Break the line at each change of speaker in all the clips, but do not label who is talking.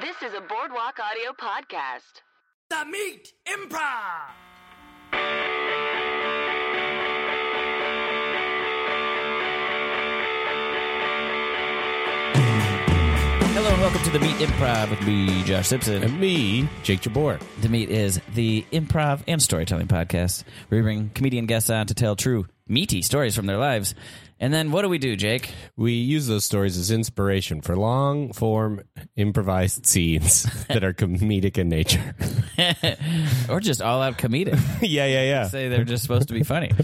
This is a Boardwalk Audio podcast.
The Meat Improv.
Hello and welcome to the Meat Improv with me, Josh Simpson.
and me, Jake Jabor.
the Meat is the improv and storytelling podcast where we bring comedian guests on to tell true meaty stories from their lives. And then what do we do, Jake?
We use those stories as inspiration for long form improvised scenes that are comedic in nature.
Or just all out comedic?
yeah, yeah, yeah.
Say they're just supposed to be funny.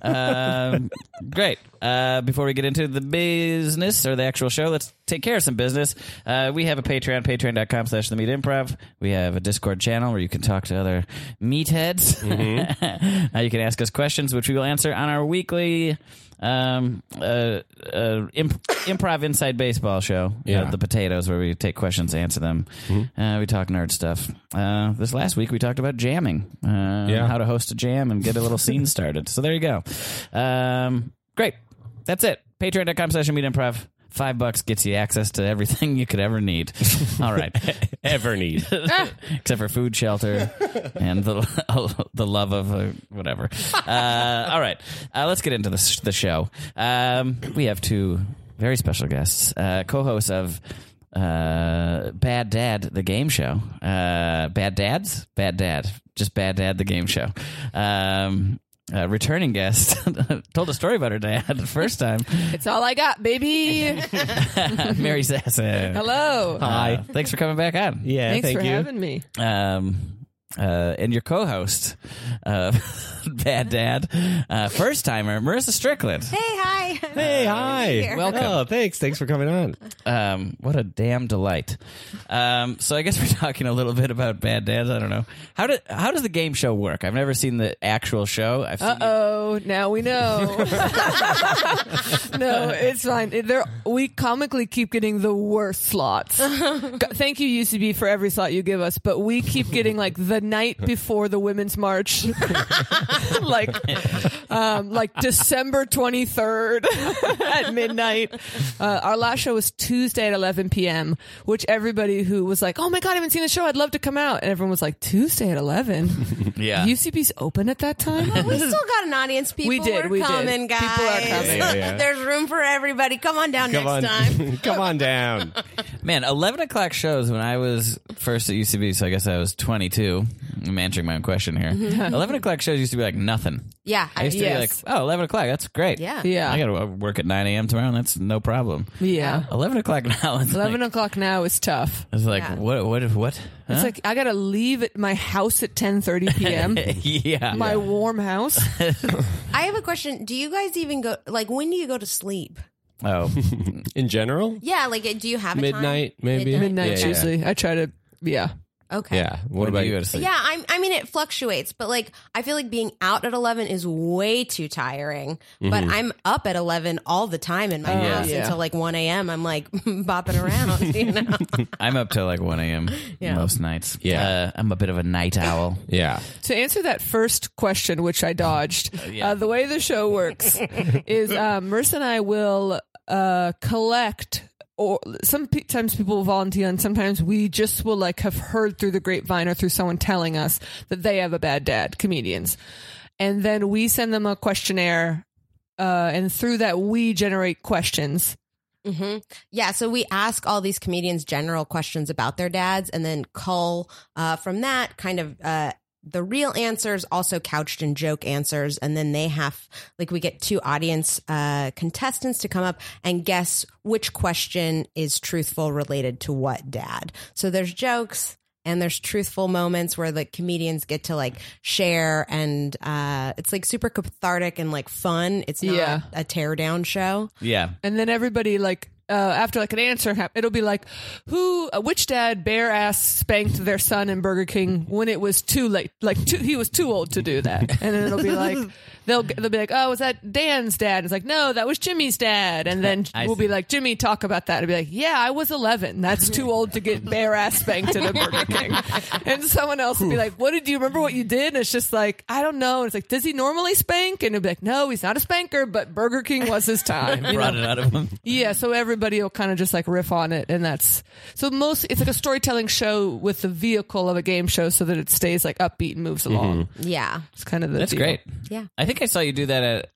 Um, great. Uh, before we get into the business or the actual show, let's take care of some business. Uh, we have a Patreon, patreon.com slash the meat improv. We have a Discord channel where you can talk to other meatheads.
Mm-hmm.
uh, you can ask us questions, which we will answer on our weekly um, uh, uh, imp- improv inside baseball show.
Yeah. Mm-hmm.
Uh, the potatoes where we take questions, answer them. Uh, we talk nerd stuff. Uh, this last week we talked about jamming. Uh,
Yeah.
how to host a jam and get a little scene started. So there you go. Um, great. That's it. Patreon.com slash meet improv. Five bucks gets you access to everything you could ever need. All right.
Ever need.
Except for food, shelter, and the, the love of uh, whatever. Uh, all right. Uh, let's get into the, the show. Um, we have two very special guests, uh, co hosts of uh bad dad the game show uh bad dads bad dad just bad dad the game show um uh, returning guest told a story about her dad the first time Uh,
It's all I got, baby.
mary sasson
Hello.
hi thanks for coming back on
Yeah,
Thanks
thank
for
you.
having me.
um, uh, and your co-host, uh, Bad Dad, uh, first timer Marissa Strickland.
Hey, hi.
Hey, hi.
Welcome.
Oh, thanks. Thanks for coming on.
Um, what a damn delight. Um, so I guess we're talking a little bit about Bad Dads. I don't know how do, how does the game show work? I've never seen the actual show. I've seen
Uh oh, now we know. no, it's fine. It- They're, we comically keep getting the worst slots. G- Thank you, UCB, for every slot you give us, but we keep getting like the night before the Women's March, like um, like December 23rd at midnight. Uh, our last show was Tuesday at 11 p.m., which everybody who was like, oh my God, I haven't seen the show. I'd love to come out. And everyone was like, Tuesday at 11?
yeah.
UCB's open at that time?
We still got an audience. People
We did,
are
we did.
coming, guys.
People are coming. Oh,
Yeah, yeah.
There's room for everybody. Come on down
Come
next
on.
time.
Come on down.
Man, 11 o'clock shows when I was first at UCB, so I guess I was 22. I'm answering my own question here. 11 o'clock shows used to be like nothing.
Mm-hmm. Yeah,
I used to
Yes.
be like, oh, 11 o'clock, that's great.
Yeah.
Yeah.
I got to work at 9 a.m. tomorrow, and that's no problem.
Yeah.
11 o'clock now. It's
11
like,
o'clock now is tough.
it's like
Yeah.
what, what, what?
It's
Huh?
like I gotta leave at my house at ten thirty p.m.
yeah.
my warm house.
I have a question. Do you guys even go? Like, when do you go to sleep?
oh,
In general,
Yeah, like, do you have a time?
midnight, maybe.
Midnight.
Midnight
Yeah, yeah.
usually. I try to. Yeah.
Okay.
Yeah. What
when
about
do you
you?
go to sleep?
Yeah, I'm, I mean, it fluctuates, but like, I feel like being out at 11 is way too tiring. But I'm up at 11 all the time in my
Mm-hmm. Oh,
house
yeah.
until like 1 a.m. I'm like bopping around, you know?
I'm up till like 1 a.m.
Yeah.
most nights.
Yeah.
Uh, I'm a bit of a night owl.
Yeah.
To answer that first question, which I dodged, uh, the way the show works is um, Marissa and I will uh, collect. Or sometimes people volunteer, and sometimes we just will like have heard through the grapevine or through someone telling us that they have a bad dad. Comedians, and then we send them a questionnaire, uh, and through that we generate questions.
hmm Yeah. So we ask all these comedians general questions about their dads and then cull uh, from that kind of uh, the real answers, also couched in joke answers. And then they have, like, we get two audience uh, contestants to come up and guess which question is truthful related to what dad. So there's jokes and there's truthful moments where like comedians get to like share and uh it's like super cathartic and like fun. It's not
Yeah.
a teardown show.
Yeah.
And then everybody like uh, after like an answer, hap- it'll be like, who, uh, which dad bare ass spanked their son in Burger King when it was too late? Like too, he was too old to do that. And then it'll be like, they'll they'll be like, oh, was that Dan's dad? It's like, no, that was Jimmy's dad. And then
I
we'll
see.
be like, Jimmy, talk about that. And be like, yeah, I was 11. That's too old to get bare ass spanked in a Burger King. And someone else will be like, what did you remember what you did? And it's just like, I don't know. And it's like, does he normally spank? And it'll be like, no, he's not a spanker, but Burger King was his time. you know?
Brought it out of him.
Yeah, so everybody will kind of just like riff on it, and that's so most. It's like a storytelling show with the vehicle of a game show, so that it stays like upbeat and moves along.
Mm-hmm.
Yeah.
It's kind of the
That's
deal.
great.
Yeah.
I think I saw you do that at.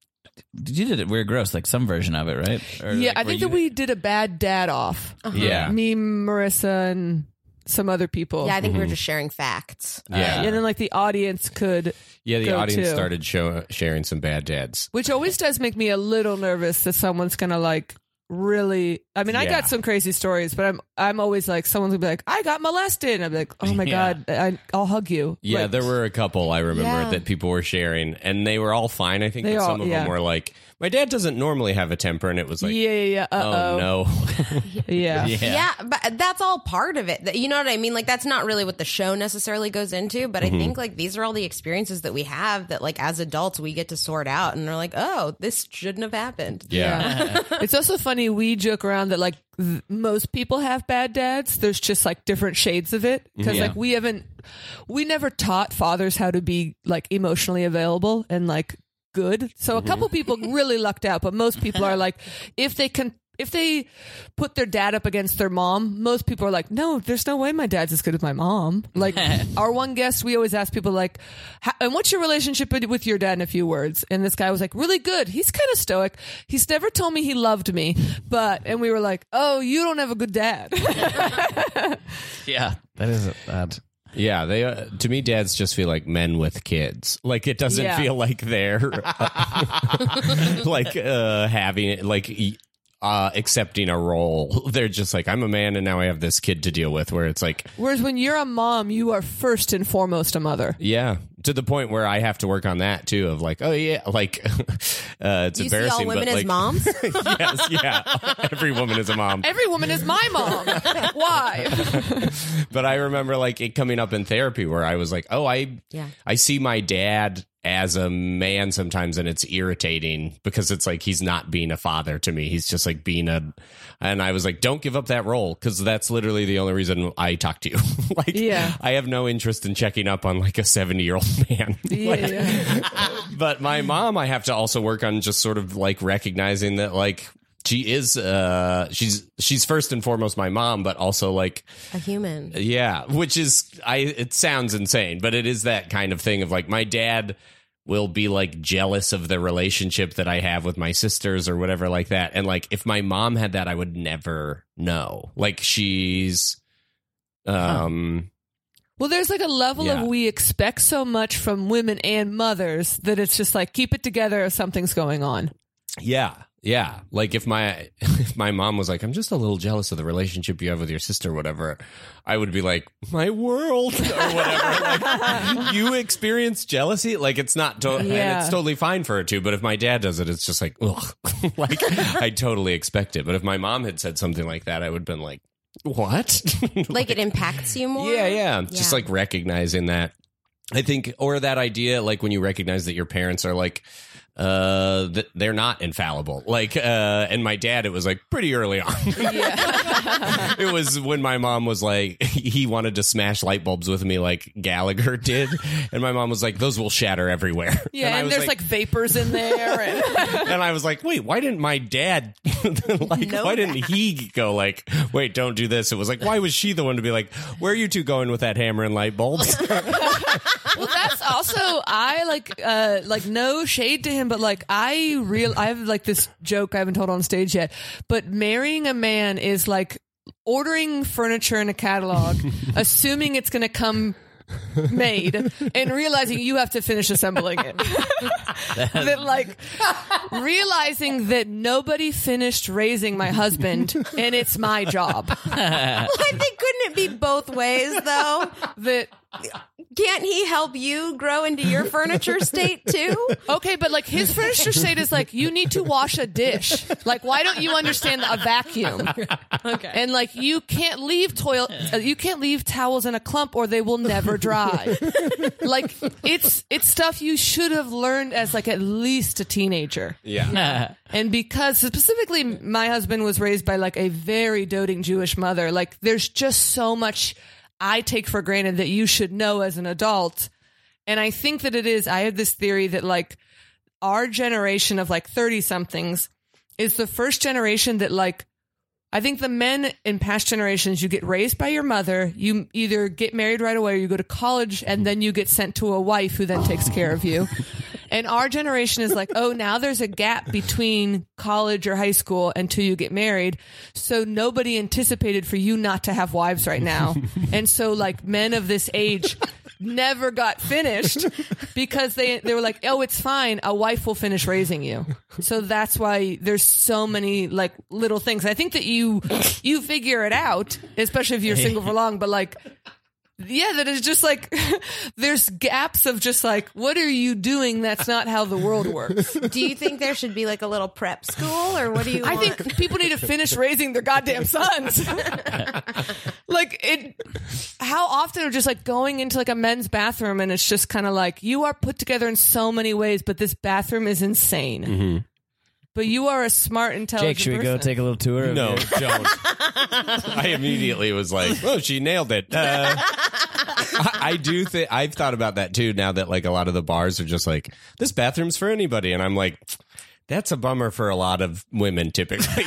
You did it weird gross, like some version of it, right? Or
Yeah,
like,
I
were
think
you- Oh.
that we did a bad dad off.
Yeah.
me, Marissa, and some other people.
Yeah, I think we we're
Mm-hmm.
just sharing facts.
yeah.
and then like the audience could,
Yeah, the
go
audience
to.
started show, sharing some bad dads.
which always does make me a little nervous that someone's gonna like really. I mean, I
Yeah.
got some crazy stories, but I'm I'm always like someone's gonna be like, I got molested, and I'm like, oh my
Yeah.
god, I, I'll hug you.
Yeah,
Like,
there were a couple I remember
Yeah.
that people were sharing, and they were all fine. I think
They
but
all-
some of
yeah.
them were like, "My dad doesn't normally have a temper," and it was like,
yeah, yeah, yeah. Uh-oh.
"Oh no,
Yeah.
Yeah.
Yeah. but that's all part of it. That- You know what I mean? Like that's not really what the show necessarily goes into, but
Mm-hmm.
I think like these are all the experiences that we have that like as adults we get to sort out and they're like, "Oh, this shouldn't have happened."
yeah,
it's also funny we joke around that like th- most people have bad dads. There's just like different shades of it because
Mm-hmm.
Yeah.
like we haven't, we never taught fathers how to be like emotionally available and like good. So
Mm-hmm.
a couple people really lucked out, but most people are like if they can. If they put their dad up against their mom, most people are like, "No, there's no way my dad's as good as my mom." Like our one guest, we always ask people like, "How- "And what's your relationship with- with your dad?" In a few words, and this guy was like, "Really good. He's kind of stoic. He's never told me he loved me, but..." And we were like, "Oh, you don't have a good dad."
yeah. That is bad.
yeah." They uh, to me, dads just feel like men with kids. Like it doesn't
Yeah.
feel like they're like uh, having it like. e- Uh, accepting a role, they're just like, I'm a man, and now I have this kid to deal with. Where it's like,
Whereas when you're a mom, you are first and foremost a mother.
Yeah, to the point where I have to work on that too. Of like, oh yeah, like uh, it's
Do you see
embarrassing.
all women
but like,
as moms?
yes, yeah, every woman is a mom.
Every woman is my mom. Why?
But I remember like it coming up in therapy where I was like, oh, I
Yeah.
I see my dad as a man sometimes, and it's irritating because it's like he's not being a father to me. He's just like being a, and I was like, don't give up that role because that's literally the only reason I talk to you. like,
Yeah.
I have no interest in checking up on like a seventy year old man. Like,
Yeah.
but my mom i have to also work on just sort of like recognizing that like she is uh she's she's first and foremost my mom but also like
a
Uh,
human.
yeah which is i it sounds insane but it is that kind of thing of like my dad will be like jealous of the relationship that i have with my sisters or whatever like that and like if my mom had that i would never know like she's um
Well, there's like a level
Yeah.
of we expect so much from women and mothers that it's just like keep it together if something's going on.
Yeah. Yeah. Like if my if my mom was like, I'm just a little jealous of the relationship you have with your sister or whatever, I would be like, My world or whatever. like, you experience jealousy? Like it's not to- and
Yeah.
it's totally fine for her to, but if my dad does it, it's just like, ugh. like I totally expect it. But if my mom had said something like that, I would have been like, What?
Like it impacts you more?
Yeah, yeah. Just
Yeah.
like recognizing that. I think, or that idea, like when you recognize that your parents are like, uh, that they're not infallible. Like, uh, and my dad, it was like pretty early on. it was when my mom was like, he wanted to smash light bulbs with me, like Gallagher did. And my mom was like, those will shatter everywhere.
Yeah,
I
and,
was
there's like, vapors in there. And
and I was like, wait, why didn't my dad like why didn't he go like, wait, don't do this? It was like, why was she the one to be like, where are you two going with that hammer and light bulbs?
well, that's also I like uh like no shade to him, but like I real I have like this joke I haven't told on stage yet, but marrying a man is like ordering furniture in a catalog, assuming it's going to come made and realizing you have to finish assembling it. that like realizing that nobody finished raising my husband and it's my job.
Why they couldn't it be both ways though?
that
Can't he help you grow into your furniture state too?
okay, but like his furniture state is like you need to wash a dish. Like why don't you understand a vacuum?
Okay.
And like you can't leave toil uh, you can't leave towels in a clump or they will never dry. like it's it's stuff you should have learned as like at least a teenager.
Yeah.
And because specifically my husband was raised by like a very doting Jewish mother, like there's just so much I take for granted that you should know as an adult. And I think that it is, I have this theory that like our generation of like 30 somethings is the first generation that like I think the men in past generations, you get raised by your mother, you either get married right away or you go to college and then you get sent to a wife who then takes care of you. And our generation is like, oh, now there's a gap between college or high school until you get married. So nobody anticipated for you not to have wives right now. And so, like, men of this age never got finished because they they were like, "Oh, it's fine. A wife will finish raising you." So that's why there's so many like little things. I think that you you figure it out, especially if you're single for long. But like, yeah, that is just like there's gaps of just like, what are you doing? That's not how the world works.
Do you think there should be like a little prep school or what do you
I
want?
think people need to finish raising their goddamn sons. like it how often are just like going into like a men's bathroom and it's just kind of like you are put together in so many ways but this bathroom is insane. But you are a smart intelligent
Mm-hmm. Jake, should we
person.
go take a little tour? of
No,
your-
don't. I immediately was like, "Oh, she nailed it." Uh, I, I do think I've thought about that too. Now that like a lot of the bars are just like this bathroom's for anybody, and I'm like, that's a bummer for a lot of women typically.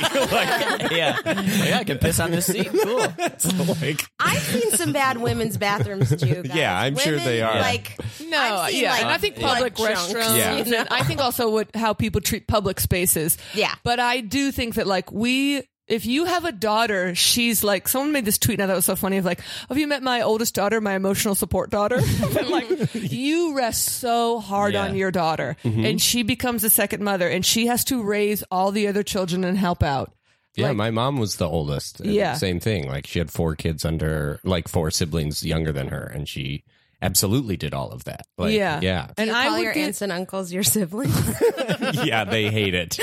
like,
yeah. Like, I can piss on this seat. Cool. Oh
it's like,
I've seen some bad women's bathrooms too. guys.
Yeah, I'm sure they are.
Like
No,
I've seen,
yeah,
like,
and I think
blood
public
chunks,
restrooms.
Yeah.
you know?
and I think also what how people treat public spaces.
Yeah.
but I do think that like we. If you have a daughter, she's like someone made this tweet now that was so funny of like, have you met my oldest daughter, my emotional support daughter? But, like you rest so hard
Yeah.
on your daughter
Mm-hmm.
and she becomes a second mother and she has to raise all the other children and help out.
yeah, my mom was the oldest. and
Yeah.
same thing. Like, she had four kids under, like, four siblings younger than her, and she absolutely did all of that. Like,
yeah.
yeah,
And
you
I
call
would
your
get-
aunts and uncles your siblings.
yeah. They hate it.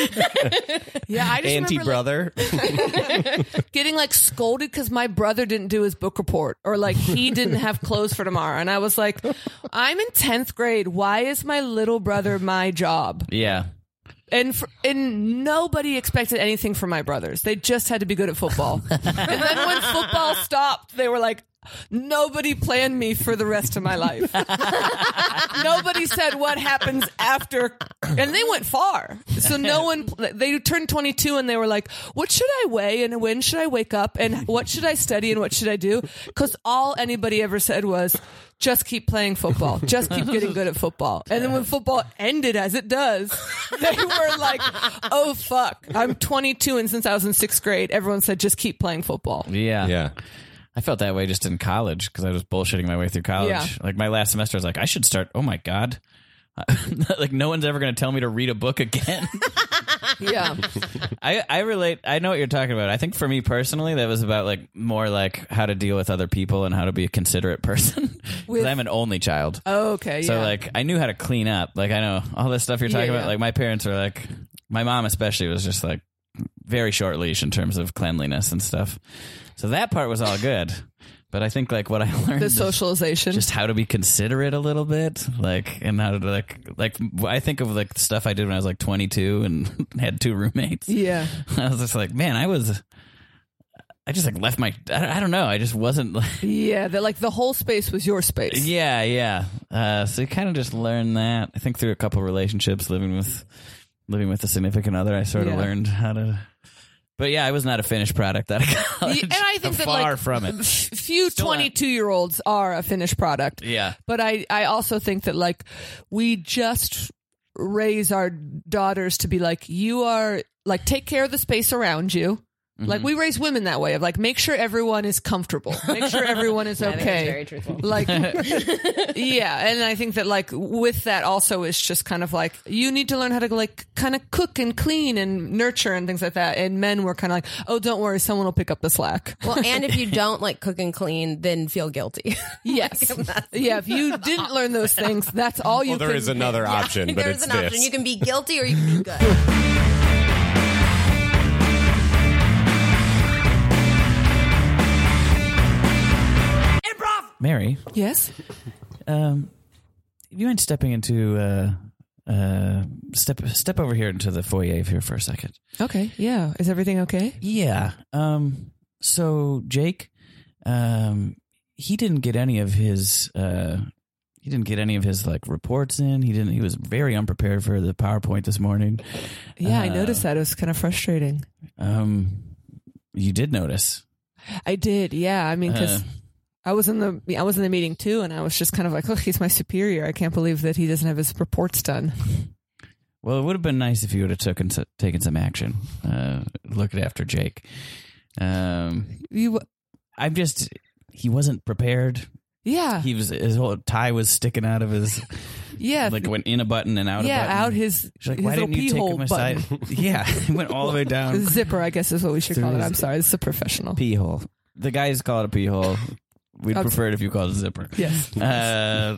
yeah, I just
Auntie
remember, like,
brother.
getting like scolded because my brother didn't do his book report or like he didn't have clothes for tomorrow. And I was like, I'm in 10th grade. Why is my little brother my job?
Yeah.
And, for, and nobody expected anything from my brothers. They just had to be good at football. and then when football stopped, they were like, Nobody planned me for the rest of my life. Nobody said what happens after, and they went far. So no one. They turned 22 and they were like, "What should I weigh? And when should I wake up? And what should I study? And what should I do?" Because all anybody ever said was, "Just keep playing football. Just keep getting good at football." And then when football ended, as it does, they were like, "Oh fuck! I'm 22, and since I was in sixth grade, everyone said just keep playing football."
Yeah.
yeah.
I felt that way just in college because I was bullshitting my way through college.
Yeah.
Like my last semester, I was like, I should start. Oh my god! like no one's ever going to tell me to read a book again.
Yeah,
I I relate. I know what you're talking about. I think for me personally, that was about like more like how to deal with other people and how to be a considerate person. Because
With-
I'm an only child.
okay.
So
yeah.
like I knew how to clean up. Like I know all this stuff you're talking
Yeah,
about.
yeah.
Like my parents were like my mom especially was just like very short leash in terms of cleanliness and stuff. So that part was all good. But I think like what I learned
the
is
socialization.
just how to be considerate a little bit, like and how to like like I think of like the stuff I did when I was like 22 and had two roommates.
yeah.
I was just like, man, I was I just like left my I, I don't know, I just wasn't like
Yeah, that like the whole space was your space.
Yeah, yeah. Uh, so you kind of just learn that. I think through a couple relationships, living with living with a significant other, I sort of
Yeah.
learned how to. But yeah, I was not a finished product out of college.
and I think that,
far
like,
from it.
Few 22 year olds are a finished product.
Yeah.
But I, I also think that like we just raise our daughters to be like, you are like, take care of the space around you.
Mm-hmm.
Like we raise women that way of like make sure everyone is comfortable, make sure everyone is
I think that's
okay.
very truthful.
like yeah and i think that like with that also it's just kind of like you need to learn how to like kind of cook and clean and nurture and things like that and men were kind of like oh don't worry someone will pick up the slack
Well, and if you don't like cook and clean, then feel guilty.
yes yeah if you didn't learn those things that's all you
Well, there
can
is another option, but
There's
it's
an
this.
option. You can be guilty or you can be good.
Improv!
Mary,
yes
um, you mind stepping into uh, uh, step step over here into the foyer here for a second?
okay yeah is everything okay
Yeah. Um. So Jake, um, he didn't get any of his uh, he didn't get any of his like reports in. He didn't. He was very unprepared for the PowerPoint this morning.
yeah i
Uh,
noticed that it was kind of frustrating
Um, you did notice.
i did yeah i mean because
Uh.
Uh-huh. I was in the I was in the meeting too, and I was just kind of like, "Look, he's my superior. I can't believe that he doesn't have his reports done."
Well, it would have been nice if you would have taken s- taken some action. Uh, looking after Jake. Um,
You,
I'm just. He wasn't prepared.
yeah,
He was his whole tie was sticking out of his
yeah.
like went in a button and out.
yeah,
a button.
out his,
She's like,
his
why
little
didn't
pee
you take
hole
him aside?
button.
yeah, it went all the way down.
Zipper, I guess, is what we should
Through
call it.
his-
I'm sorry, this is a professional.
pee hole. The guys call it a pee hole. We'd
Okay.
prefer it if you called it a zipper.
Yes.
Uh,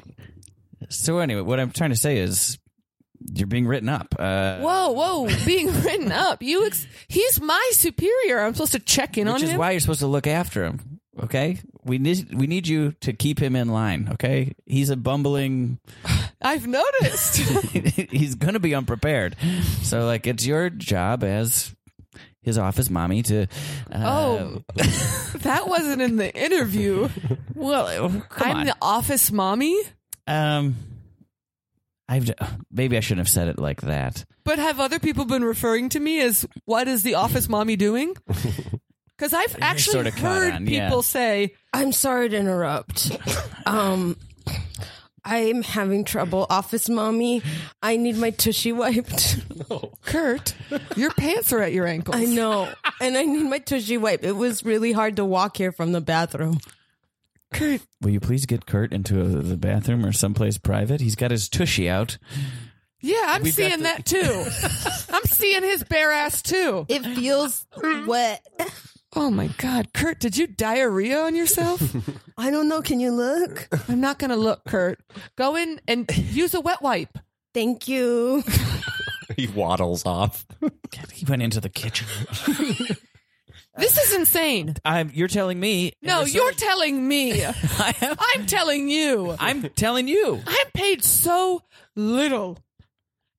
so anyway, what I'm trying to say is you're being written up. Uh,
Whoa, whoa! Being written up. You, ex- he's my superior. I'm supposed to check in on
which is
him.
why you're supposed to look after him. Okay, we need we need you to keep him in line. Okay, he's a bumbling.
I've noticed.
he's gonna be unprepared. So like, it's your job as his office mommy to. Uh,
Oh. that wasn't in the interview.
well, come
I'm
on.
the office mommy,
Um, I've maybe I shouldn't have said it like that.
but have other people been referring to me as what is the office mommy doing? Because I've actually
sorta caught
heard
on, yeah.
people say,
I'm sorry to interrupt. Um, I'm having trouble. Office mommy, I need my tushy wiped.
"Kurt, your pants are at your ankles."
I know. And I need my tushy wipe. It was really hard to walk here from the bathroom.
Kurt,
Will you please get Kurt into a, the bathroom or someplace private? He's got his tushy out.
Yeah, I'm
We've got
seeing
the-
that too. I'm seeing his bare ass too.
It feels wet.
Oh my God, Kurt, did you diarrhea on yourself?
I don't know. Can you look?
I'm not going to look, Kurt. Go in and use a wet wipe.
Thank you.
he waddles off.
He went into the kitchen.
This is insane.
I'm, you're telling me?
No,
and so-
you're telling me.
I am,
I'm telling you.
I'm telling you.
I'm paid so little.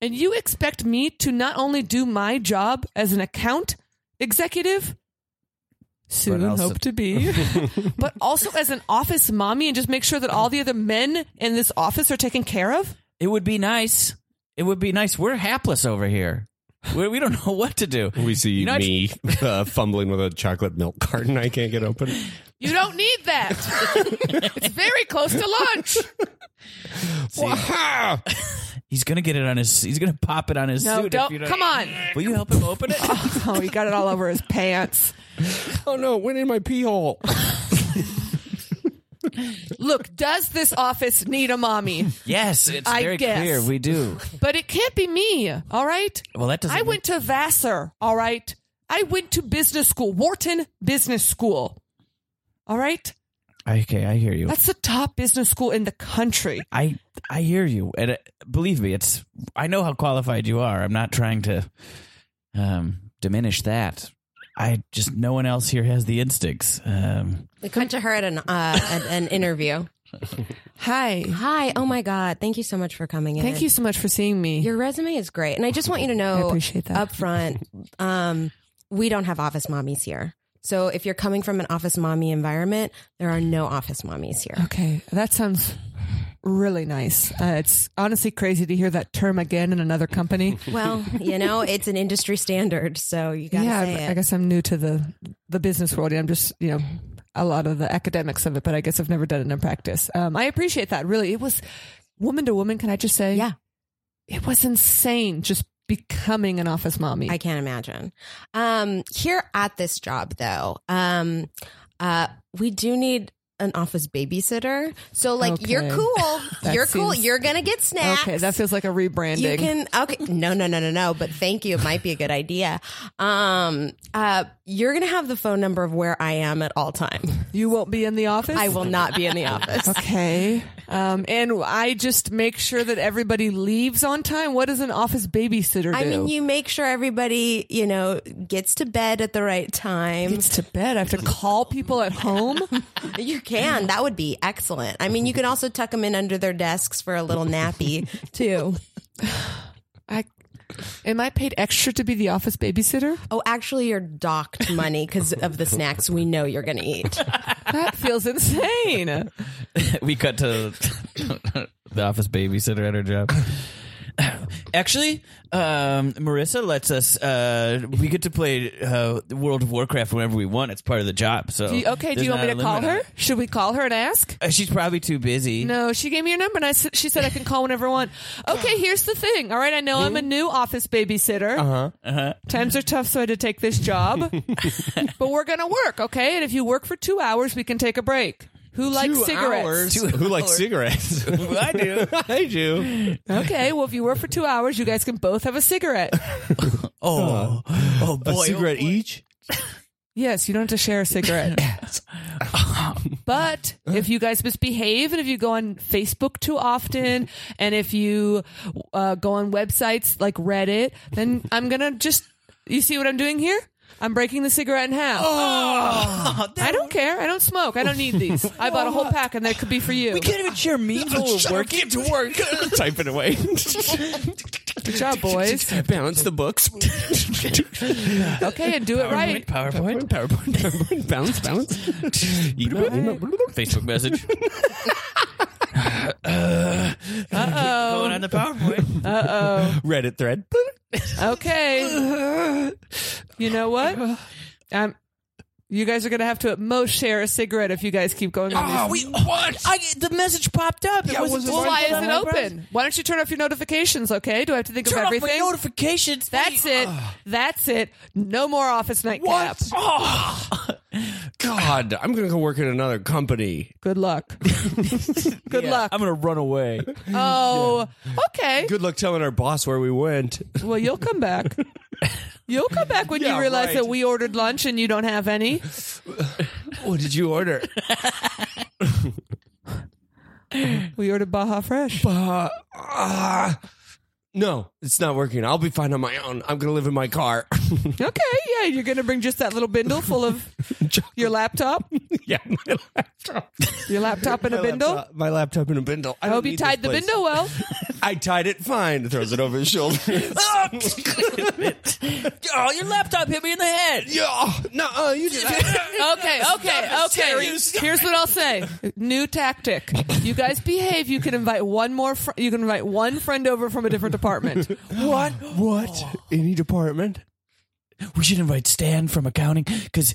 And you expect me to not only do my job as an account executive, soon
But also-
hope to be, but also as an office mommy and just make sure that all the other men in this office are taken care of?
It would be nice. It would be nice. We're hapless over here. We're, we don't know what to do.
We see
You know,
me uh, fumbling with a chocolate milk carton I can't get open.
You don't need that. it's very close to lunch.
Wow.
He's gonna get it on his. He's gonna pop it on his
No,
suit. if you
don't. Come on.
Will you help him open it?
Oh, he got it all over his pants.
Oh no, it went in my pee hole.
Look, does this office need a mommy?
yes, it's
I
very
guess.
clear. We do.
But it can't be me, all right?
Well, that doesn't.
I went to Vassar, all right? I went to business school, Wharton Business School, all right?
Okay, I hear you.
That's the top business school in the country.
I I hear you, and uh, believe me, it's I know how qualified you are. I'm not trying to um, diminish that. I just no one else here has the instincts. Um,
We come to her at an, uh, at an interview.
Hi.
Hi. Oh my God. Thank you so much for coming in.
Thank you so much for seeing me.
Your resume is great. And I just want you to know
I appreciate that.
up front, um, we don't have office mommies here. So if you're coming from an office mommy environment, there are no office mommies here.
Okay, that sounds really nice. Uh, it's honestly crazy to hear that term again in another company.
Well, you know, it's an industry standard, so you gotta
yeah,
say
I'm-
it.
I guess I'm new to the the business world. I'm just you know a lot of the academics of it, but I guess I've never done it in practice. Um, I appreciate that. Really, it was woman to woman. Can I just say?
Yeah.
it was insane. Just becoming an office mommy?
I can't imagine. Um, here at this job, though, um, uh, we do need an office babysitter. So, like, you're
Okay.
cool.
That
you're cool.
seems-
You're gonna get snacks.
Okay, that feels like a rebranding.
you can okay no no no no no but thank you it might be a good idea um uh you're gonna have the phone number of where i am at all time
You won't be in the office.
i will not be in the office
Okay. Um, and I just make sure that everybody leaves on time. What does an office babysitter do?
i mean you make sure everybody you know gets to bed at the right time
It's to bed. I have to call people at home.
you can that would be excellent i mean you can also tuck them in under their desks for a little nappy too
I am I paid extra to be the office babysitter?
oh actually you're docked money because of the snacks we know you're gonna eat
That feels insane.
we cut to the office babysitter at her job. Actually, um, Marissa lets us. Uh, we get to play uh, World of Warcraft whenever we want. It's part of the job. So
Do you- okay, do
there's
you want me
not
to
a
call
limit on
her?
it.
Should we call her and ask?
Uh, she's probably too busy.
No, she gave me her number and I s- she said I can call whenever I want. Okay, here's the thing. All right, I know I'm a new office babysitter. Uh-huh. Times are tough, so I had to take this job. but we're going to work, okay? And if you work for two hours, we can take a break. Who likes cigarettes?
Who likes cigarettes?
I do.
I do.
Okay, well, if you work for two hours, you guys can both have a cigarette.
Oh, oh boy,
A cigarette
oh, boy.
each?
Yes, you don't have to share a cigarette. but if you guys misbehave and if you go on Facebook too often and if you uh, go on websites like Reddit, then I'm going to just, you see what I'm doing here? I'm breaking the cigarette in half.
Oh.
I don't care. I don't smoke. I don't need these. I bought a whole pack and that could be for you.
We can't even share memes while
Oh,
we're working.
to work. Typing away.
Good job, boys.
Balance the books.
Okay, and do it right.
PowerPoint,
PowerPoint, PowerPoint, balance, balance. Email, email.
Facebook message.
Uh-oh.
Going on the PowerPoint.
Reddit thread.
Okay. you know what? Um, you guys are gonna have to at most share a cigarette if you guys keep going on
Oh,
this.
what?
I, the message popped up.
Yeah, was it
well, why
Why
isn't it open? Why don't you turn off your notifications? Okay. Do I have to think
Turn
of
off my
everything?
notifications.
That's it. That's it. No more office nightcap.
Oh, God, I'm gonna go work at another company.
Good luck. Good luck.
I'm gonna run away.
oh, okay.
Good luck telling our boss where we went.
Well, you'll come back. You'll come back when
Yeah,
you realize
right.
that we ordered lunch and you don't have any.
What did you order?
We ordered Baja Fresh.
Uh, ah. no, it's not working. I'll be fine on my own. I'm gonna live in my car.
Okay, yeah, you're gonna bring just that little bindle full of your laptop,
yeah, my laptop.
your laptop in a
My
bindle.
laptop- my laptop in a bindle.
I
don't
hope you
need
tied the
this place.
bindle well.
I tied it fine. Throws it over his shoulder.
oh, your laptop hit me in the head.
yeah, no, uh, you did.
Okay, okay, okay. Here's what I'll say: new tactic. You guys behave. You can invite one more. Fr- you can invite one friend over from a different department.
what? What? Any department?
We should invite Stan from accounting because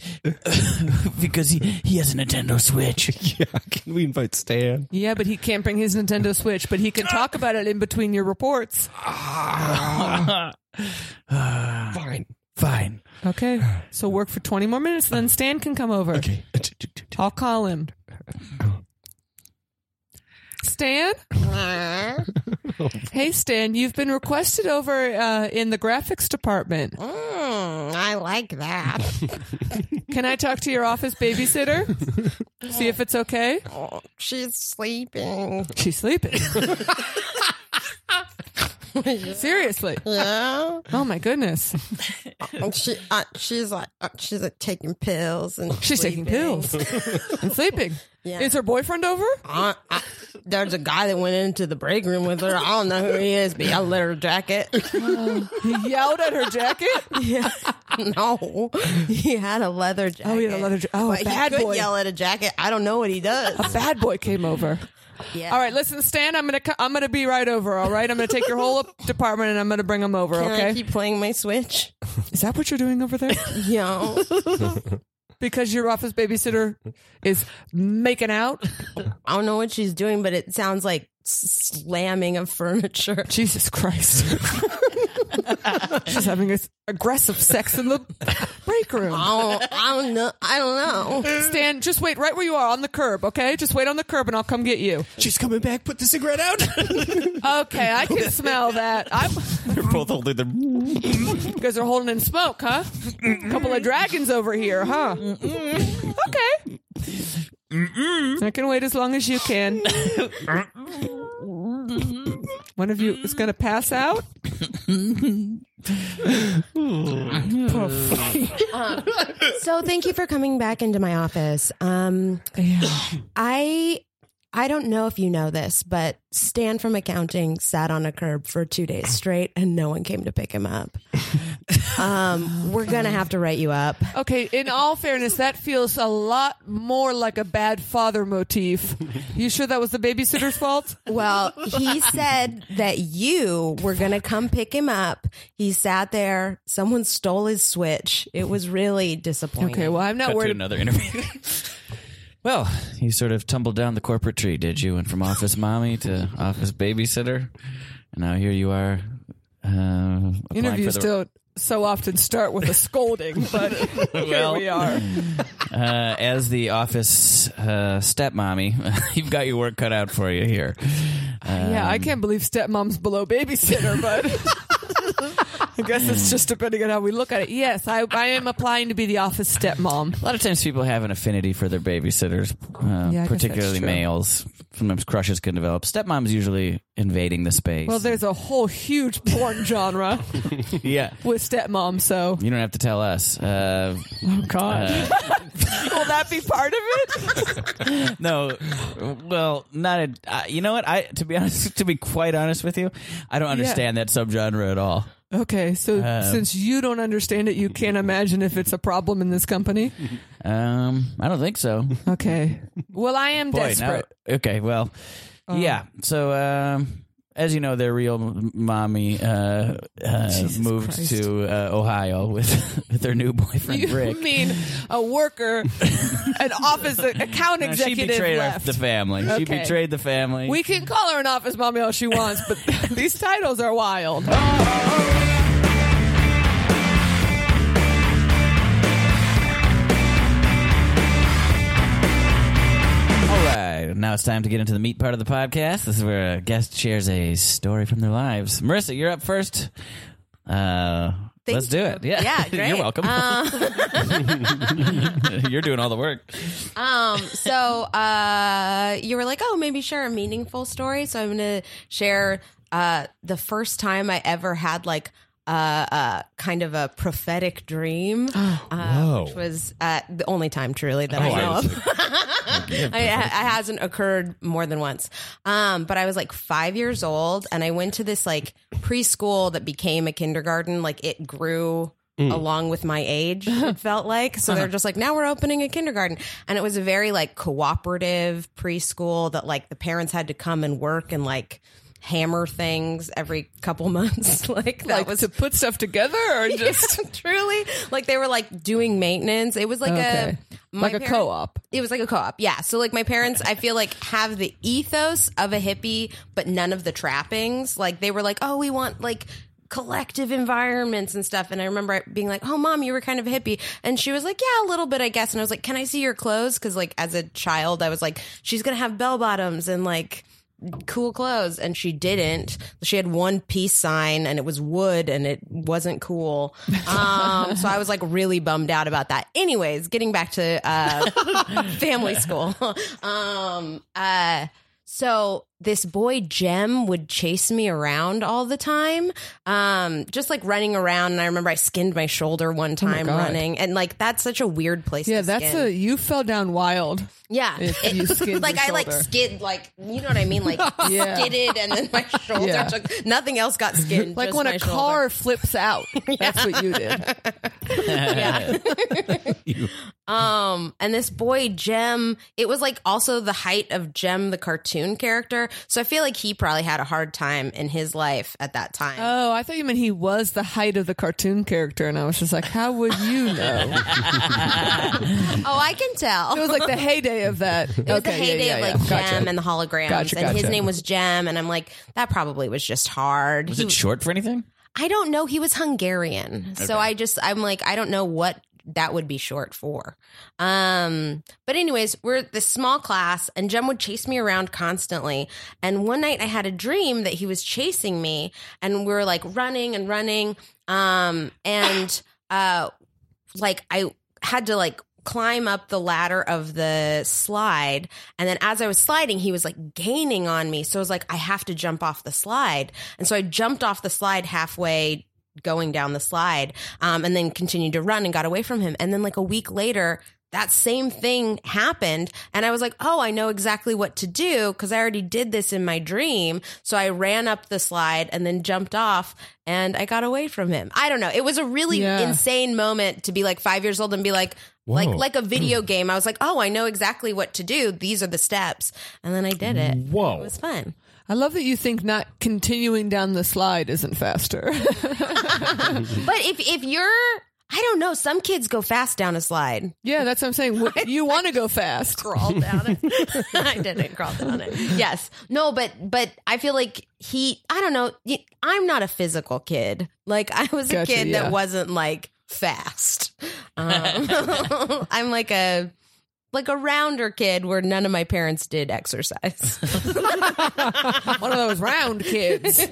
because he he has a Nintendo Switch.
Yeah, can we invite Stan?
Yeah, but he can't bring his Nintendo Switch, but he can talk about it in between your reports.
Ah, Fine.
Fine.
Okay, so work for 20 more minutes, then Stan can come over.
Okay.
I'll call him. Stan? hey, Stan, you've been requested over uh, in the graphics department.
Mm, i like that
Can I talk to your office babysitter? See if it's okay?
she's sleeping
She's sleeping. Seriously.
yeah
Oh, my goodness.
And she, uh, she's like, uh, she's like taking pills and
She's taking pills and sleeping.
Yeah.
Is her boyfriend over?
Uh, I, there's a guy that went into the break room with her. I don't know who he is, but I let her jacket.
He yelled at her jacket.
yeah, no, he had a leather jacket.
Oh, he had a leather ja- oh,
But
bad
he could
boy.
yell at a jacket. I don't know what he does.
A bad boy came over.
Yeah.
All right, listen, Stan. I'm gonna co- I'm gonna be right over. All right, I'm gonna take your whole department and I'm gonna bring them over.
Can
okay,
I keep playing my Switch?
is that what you're doing over there?
Yeah.
because your office babysitter is making out.
I don't know what she's doing, but it sounds like s- slamming of furniture.
Jesus Christ! She's having a s- aggressive sex in the break room.
I don't, I don't know. I don't know.
Stan, just wait right where you are on the curb, okay? Just wait on the curb and I'll come get you.
She's coming back. Put the cigarette out.
Okay, I can smell that. I'm,
They're both holding their.
you guys are holding in smoke, huh? Couple of dragons over here, huh? Okay. I can wait as long as you can. One of you is going to pass out.
So thank you for coming back into my office. Um, I I don't know if you know this, but Stan from accounting sat on a curb for two days straight, and no one came to pick him up. Um, we're gonna have to write you up.
Okay, in all fairness, that feels a lot more like a bad father motif. You sure that was the babysitter's fault?
Well, he said that you were going to come pick him up. He sat there. Someone stole his switch. It was really disappointing.
Okay, well, I'm not
Cut to
worried.
another interview. well, you sort of tumbled down the corporate tree, did you? Went from office mommy to office babysitter, and now here you are. Uh, applying for
Interviews
the-
don't so often start with a scolding, but
Well.
here we are.
uh, as the office uh, stepmommy. you've got your work cut out for you here.
Yeah,
Um,
I can't believe stepmom's below babysitter, but I guess it's just depending on how we look at it. Yes, I, I am applying to be the office stepmom.
A lot of times people have an affinity for their babysitters, uh,
Yeah, I guess
particularly
that's true.
males. Sometimes crushes can develop. Stepmom's usually invading the space.
Well, there's a whole huge porn genre
yeah.
with stepmom, so
You don't have to tell us. Uh,
Oh, God, will that be part of it?
uh, no, well, not. A, uh, you know what? I to be honest, to be quite honest with you, I don't understand that subgenre at all.
Okay, so
Um,
since you don't understand it, you can't imagine if it's a problem in this company.
Um, I don't think so.
Okay. Well, I am
Boy, now-
desperate. Uh,
okay, well, yeah. So, um, as you know, their real m- mommy uh, uh, moved
Christ.
to uh, Ohio with, with their new boyfriend
you
Rick.
mean a worker, an office account
No, she
executive
betrayed our-
left.
the family. She
Okay.
betrayed the family.
We can call her an office mommy all she wants, but these titles are wild.
All right, now it's time to get into the meat part of the podcast. This is where a guest shares a story from their lives. Marissa, you're up first. Uh,
Thank
let's do
you.
it. Yeah,
Yeah, great.
you're welcome.
Uh,
you're doing all the work.
Um, so uh, you were like, oh, maybe share a meaningful story. So I'm going to share uh, the first time I ever had like uh, uh, kind of a prophetic dream, uh, which was uh, the only time truly that I know of. I mean, it ha- it hasn't occurred more than once. Um, but I was like five years old and I went to this like preschool that became a kindergarten. Like it grew
Mm.
along with my age, it felt like. So
Uh-huh.
they're just like, now we're opening a kindergarten. And it was a very like cooperative preschool that like the parents had to come and work and like hammer things every couple months. like that
Like
was
to put stuff together or just
truly like they were like doing maintenance. It was like
Okay.
a. my
like a
parents-
co-op.
it was like a co-op yeah so like my parents i feel like have the ethos of a hippie but none of the trappings like they were like oh we want like collective environments and stuff and i remember being like oh mom you were kind of a hippie and she was like yeah a little bit i guess and i was like can i see your clothes because like as a child i was like she's gonna have bell bottoms and like cool clothes and she didn't she had one peace sign and it was wood and it wasn't cool um so i was like really bummed out about that anyways getting back to uh family school um uh so this boy Jem would chase me around all the time, um, just like running around. And I remember I skinned my shoulder one time
Oh God.
running, and like that's such a weird place.
Yeah,
to
that's
skin.
a you fell down wild.
Yeah.
If you skinned
like
your
I like
shoulder.
skid like you know what I mean? Like
Yeah.
skidded and then my shoulder
Yeah.
took nothing else got skinned.
Like
just
when
my
a
shoulder.
car flips out. That's what you did.
Um, and this boy Jem, it was like also the height of Jem, the cartoon character. So I feel like he probably had a hard time in his life at that time.
Oh, I thought you meant he was the height of the cartoon character, and I was just like, how would you know?
oh, I can tell.
It was like the heyday of that. It
It was the heyday of like
gotcha.
Jem and the holograms,
Gotcha,
and his
gotcha.
name was Jem, and I'm like, that probably was just hard.
Was it short for anything?
I don't know. He was Hungarian. So I just, I'm like, I don't know what that would be short for. Um, but anyways, we're this small class and Jem would chase me around constantly. And one night I had a dream that he was chasing me and we were like running and running. Um, and, uh, like I had to like climb up the ladder of the slide and then as I was sliding he was like gaining on me so I was like I have to jump off the slide and so I jumped off the slide halfway going down the slide um, and then continued to run and got away from him and then like a week later that same thing happened and I was like oh I know exactly what to do cuz I already did this in my dream so I ran up the slide and then jumped off and I got away from him I don't know it was a really
Yeah.
insane moment to be like 5 years old and be like like
Whoa.
like a video game. I was like, oh, I know exactly what to do. These are the steps, and then I did it.
Whoa.
it was fun.
I love that you think not continuing down the slide isn't faster.
But if if you're, I don't know, some kids go fast down a slide.
yeah, that's what I'm saying. Wh- You want to go fast.
Crawl down it. I didn't crawl down it. Yes, no, but but I feel like he. I don't know. y- I'm not a physical kid. Like I was
Gotcha,
a kid
yeah.
that wasn't like fast. Um, I'm like a like a rounder kid where none of my parents did exercise.
One of those round kids.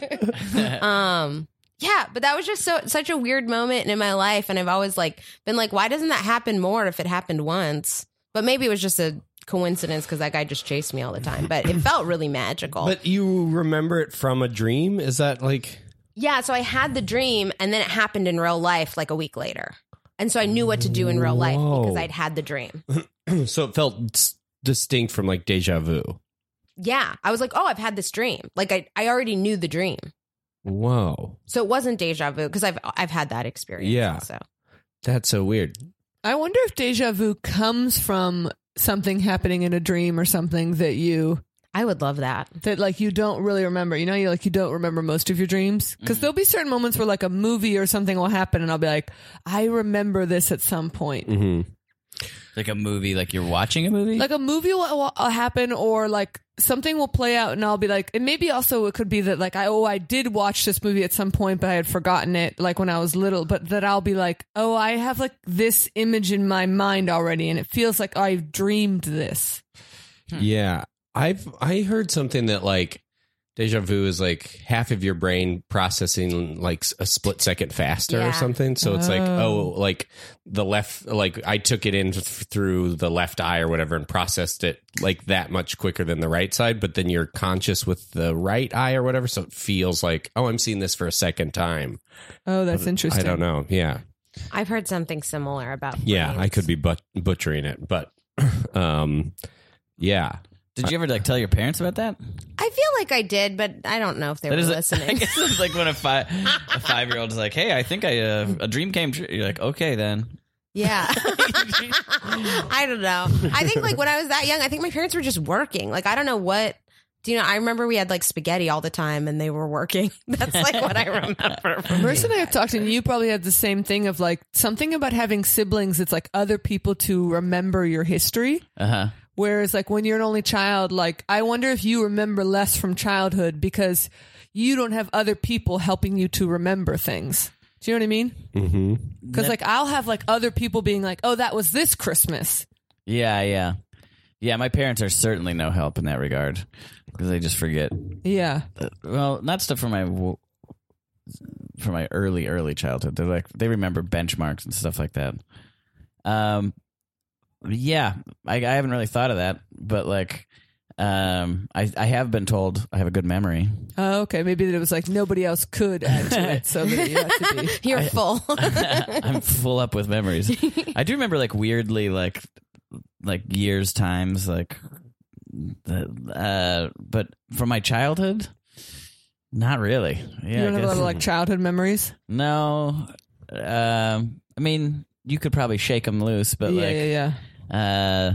um yeah but that was just so such a weird moment in my life and i've always like been like why doesn't that happen more if it happened once but maybe it was just a coincidence because that guy just chased me all the time but it felt really magical
But you remember it from a dream? Is that like
yeah so i had the dream and then it happened in real life like a week later and so i knew what to do in real life
Whoa.
because i'd had the dream
so it felt s- distinct from like deja vu?
yeah i was like oh i've had this dream like i, I already knew the dream
Whoa,
so it wasn't deja vu because i've i've had that experience
Yeah.
so
that's so weird.
I wonder if deja vu comes from something happening in a dream or something that you
i would love that
that like you don't really remember. You know, you like you don't remember most of your dreams because there'll be certain moments where like a movie or something will happen, and I'll be like, I remember this at some point.
Mm-hmm.
hmm
Like a movie, like you're watching a movie?
Like a movie will, will will happen, or like something will play out, and I'll be like, and maybe also it could be that like I oh I did watch this movie at some point, but I had forgotten it, like when I was little. But that I'll be like, oh, I have like this image in my mind already, and it feels like I've dreamed this.
Yeah, I've I heard something that like deja vu is like half of your brain processing like s- a split second faster
Yeah.
or something. So it's like oh, like the left like I took it in f- through the left eye or whatever and processed it like that much quicker than the right side. But then you're conscious with the right eye or whatever, so it feels like oh, I'm seeing this for a second time.
Oh, that's
I
interesting.
don't know. Yeah,
i've heard something similar about
yeah, I
brains.
could be but- butchering it, but um, yeah.
Did you ever like tell your parents about that?
I feel like I did, but I don't know if they
That
were
is, I
listening.
guess it's like when a five a five year old is like, "Hey, I think I uh, a dream came true." You're like, "Okay, then."
yeah. I don't know. I think like when I was that young, I think my parents were just working. Like I don't know what do you know? I remember we had like spaghetti all the time and they were working. That's like what I remember. from
Marissa
being
and I have talked, and you probably had the same thing of like something about having siblings. It's like other people to remember your history.
Uh huh.
Whereas, like, when you're an only child, like, I wonder if you remember less from childhood because you don't have other people helping you to remember things. Do you know what I mean?
hmm
Because, like, I'll have, like, other people being like, oh, that was this Christmas.
Yeah, yeah, yeah. My parents are certainly no help in that regard because they just forget.
Yeah.
Well, not stuff from my w- from my early early childhood. They're like they remember benchmarks and stuff like that. Um, yeah, I, I haven't really thought of that, but like, um, I I have been told I have a good memory.
Oh, okay. Maybe that it was like nobody else could add to it. So that you have to be.
You're full.
I'm full up with memories. I do remember like weirdly like like years times like the, uh but from my childhood not really.
you
Yeah.
don't
I
have a lot
guess.
of, like, childhood memories.
no. Um I mean you could probably shake them loose but
yeah,
like
yeah, yeah.
uh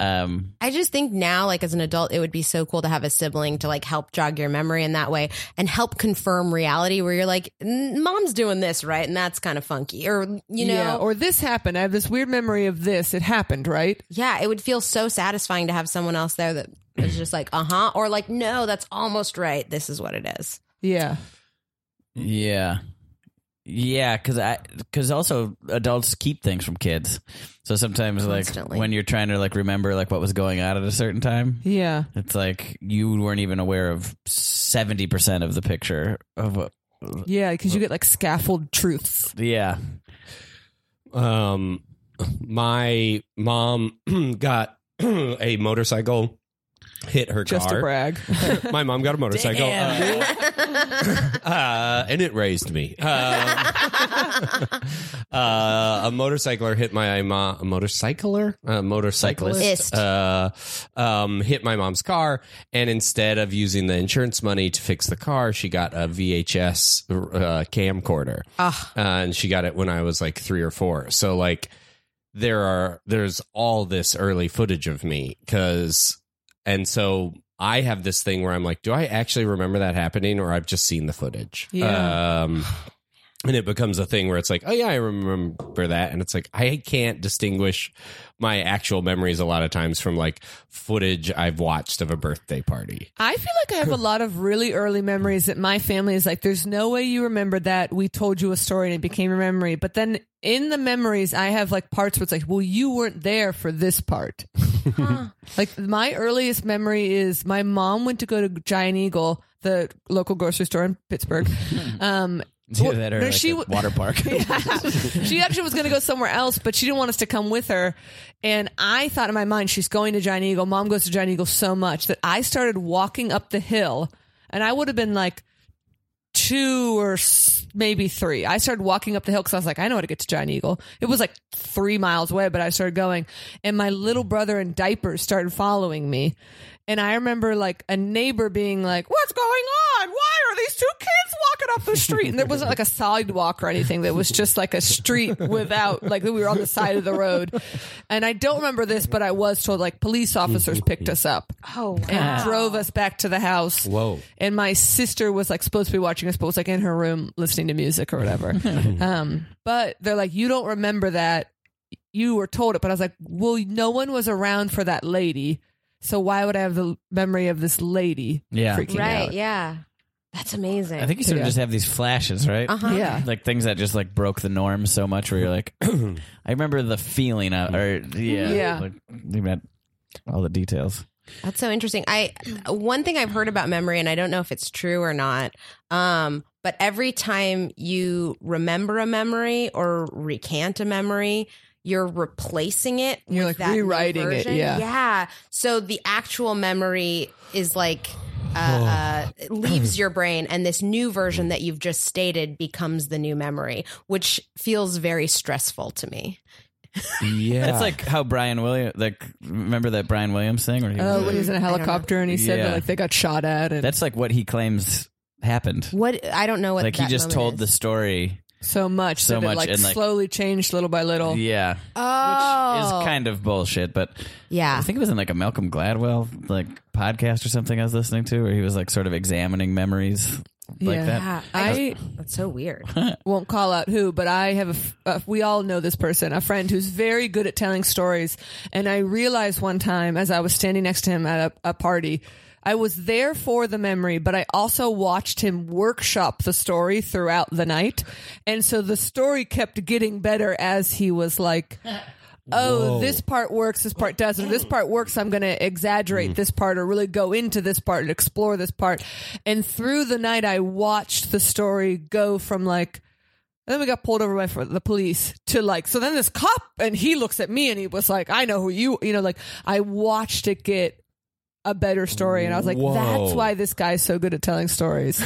um
I just think now, like as an adult, it would be so cool to have a sibling to like help jog your memory in that way and help confirm reality where you're like, "N- mom's doing this, right? And that's kind of funky. Or, you know,
yeah. Or this happened. I have this weird memory of this. It happened, right?
Yeah, it would feel so satisfying to have someone else there that uh-huh, is just like, uh huh, or like, no, that's almost right. This is what it is.
Yeah.
Yeah. Yeah, because I because also adults keep things from kids, so sometimes
Constantly.
like when you're trying to like remember like what was going on at a certain time,
Yeah.
it's like you weren't even aware of seventy percent of the picture of what.
Yeah, because you get like scaffold truths.
Yeah,
um my mom got a motorcycle hit her
Just to
car.
brag.
my mom got a motorcycle. Uh, uh, and it raised me. Um, uh, a motorcycler hit my mom. A motorcycler? A motorcyclist.
Cyclist.
Uh, um, hit my mom's car. And instead of using the insurance money to fix the car, she got a VHS uh, camcorder.
Ah.
Uh, and she got it when I was like three or four. So, like, there are there's all this early footage of me because and so i have this thing where i'm like do i actually remember that happening or i've just seen the footage
Yeah.
um and it becomes a thing where it's like oh yeah i remember that and it's like i can't distinguish my actual memories a lot of times from like footage i've watched of a birthday party
I feel like I have a lot of really early memories that my family is like, there's no way you remember that. We told you a story and it became a memory. But then in the memories, I have like parts where it's like, well, you weren't there for this part. like my earliest memory is my mom went to go to Giant Eagle, the local grocery store in Pittsburgh. Um,
Either that or
no,
like
she
a
w-
water park.
she actually was going to go somewhere else, but she didn't want us to come with her. And I thought in my mind, she's going to Giant Eagle. Mom goes to Giant Eagle so much that I started walking up the hill, and I would have been like two or s- maybe three. I started walking up the hill because I was like, I know how to get to Giant Eagle. It was like three miles away, but I started going, and my little brother in diapers started following me. And I remember like a neighbor being like, What's going on? Why are these two kids walking up the street? And there wasn't like a sidewalk or anything. There was just like a street without, like, we were on the side of the road. And I don't remember this, but I was told like police officers picked us up
Oh,
and drove us back to the house.
Whoa.
And my sister was like supposed to be watching us, but was like in her room listening to music or whatever.
Mm-hmm.
um, but they're like, you don't remember that. You were told it, but I was like, well, no one was around for that lady. So why would I have the memory of this lady
Yeah.
freaking
right.
out?
Yeah. That's amazing.
I think you sort of
Yeah.
just have these flashes, right?
Uh-huh.
Yeah.
Like things that just like broke the norm so much, where you're like, I remember the feeling, of, or yeah,
Yeah.
Like, you meant all the details.
That's so interesting. I one thing I've heard about memory, and I don't know if it's true or not. Um, but every time you remember a memory or recant a memory, you're replacing it.
You're,
with
like,
that new
rewriting it,
version.
yeah.
yeah. So the actual memory is like. Uh,
Oh.
uh, it leaves your brain, and this new version that you've just stated becomes the new memory, which feels very stressful to me.
yeah
That's like how Brian Williams, like remember that Brian Williams thing? Where he was,
Oh, when he was in a
don't know.
helicopter and he said
Yeah.
that like they got shot at, and
that's like what he claims happened.
What I don't know what
like he
that
just
moment
told
is.
the story.
so much,
So
that
much
it like
and, like-
slowly changed little by little.
Yeah,
Oh,
is kind of bullshit, but
yeah.
I think it was in like a Malcolm Gladwell like podcast or something I was listening to, where he was like sort of examining memories like
Yeah.
that.
Yeah,
I
That's so weird.
won't call out who, but I have a, f- uh, we all know this person, a friend who's very good at telling stories. And I realized one time as I was standing next to him at a, a party, I was there for the memory, but I also watched him workshop the story throughout the night. And so the story kept getting better as he was like, Oh, this part works, this part doesn't. If This part works, I'm going to exaggerate this part or really go into this part and explore this part. And through the night, I watched the story go from like, and then we got pulled over by for the police to like, so then this cop, and he looks at me and he was like, I know who you, you know, like I watched it get a better story. And I was like,
Whoa.
that's why this guy's so good at telling stories.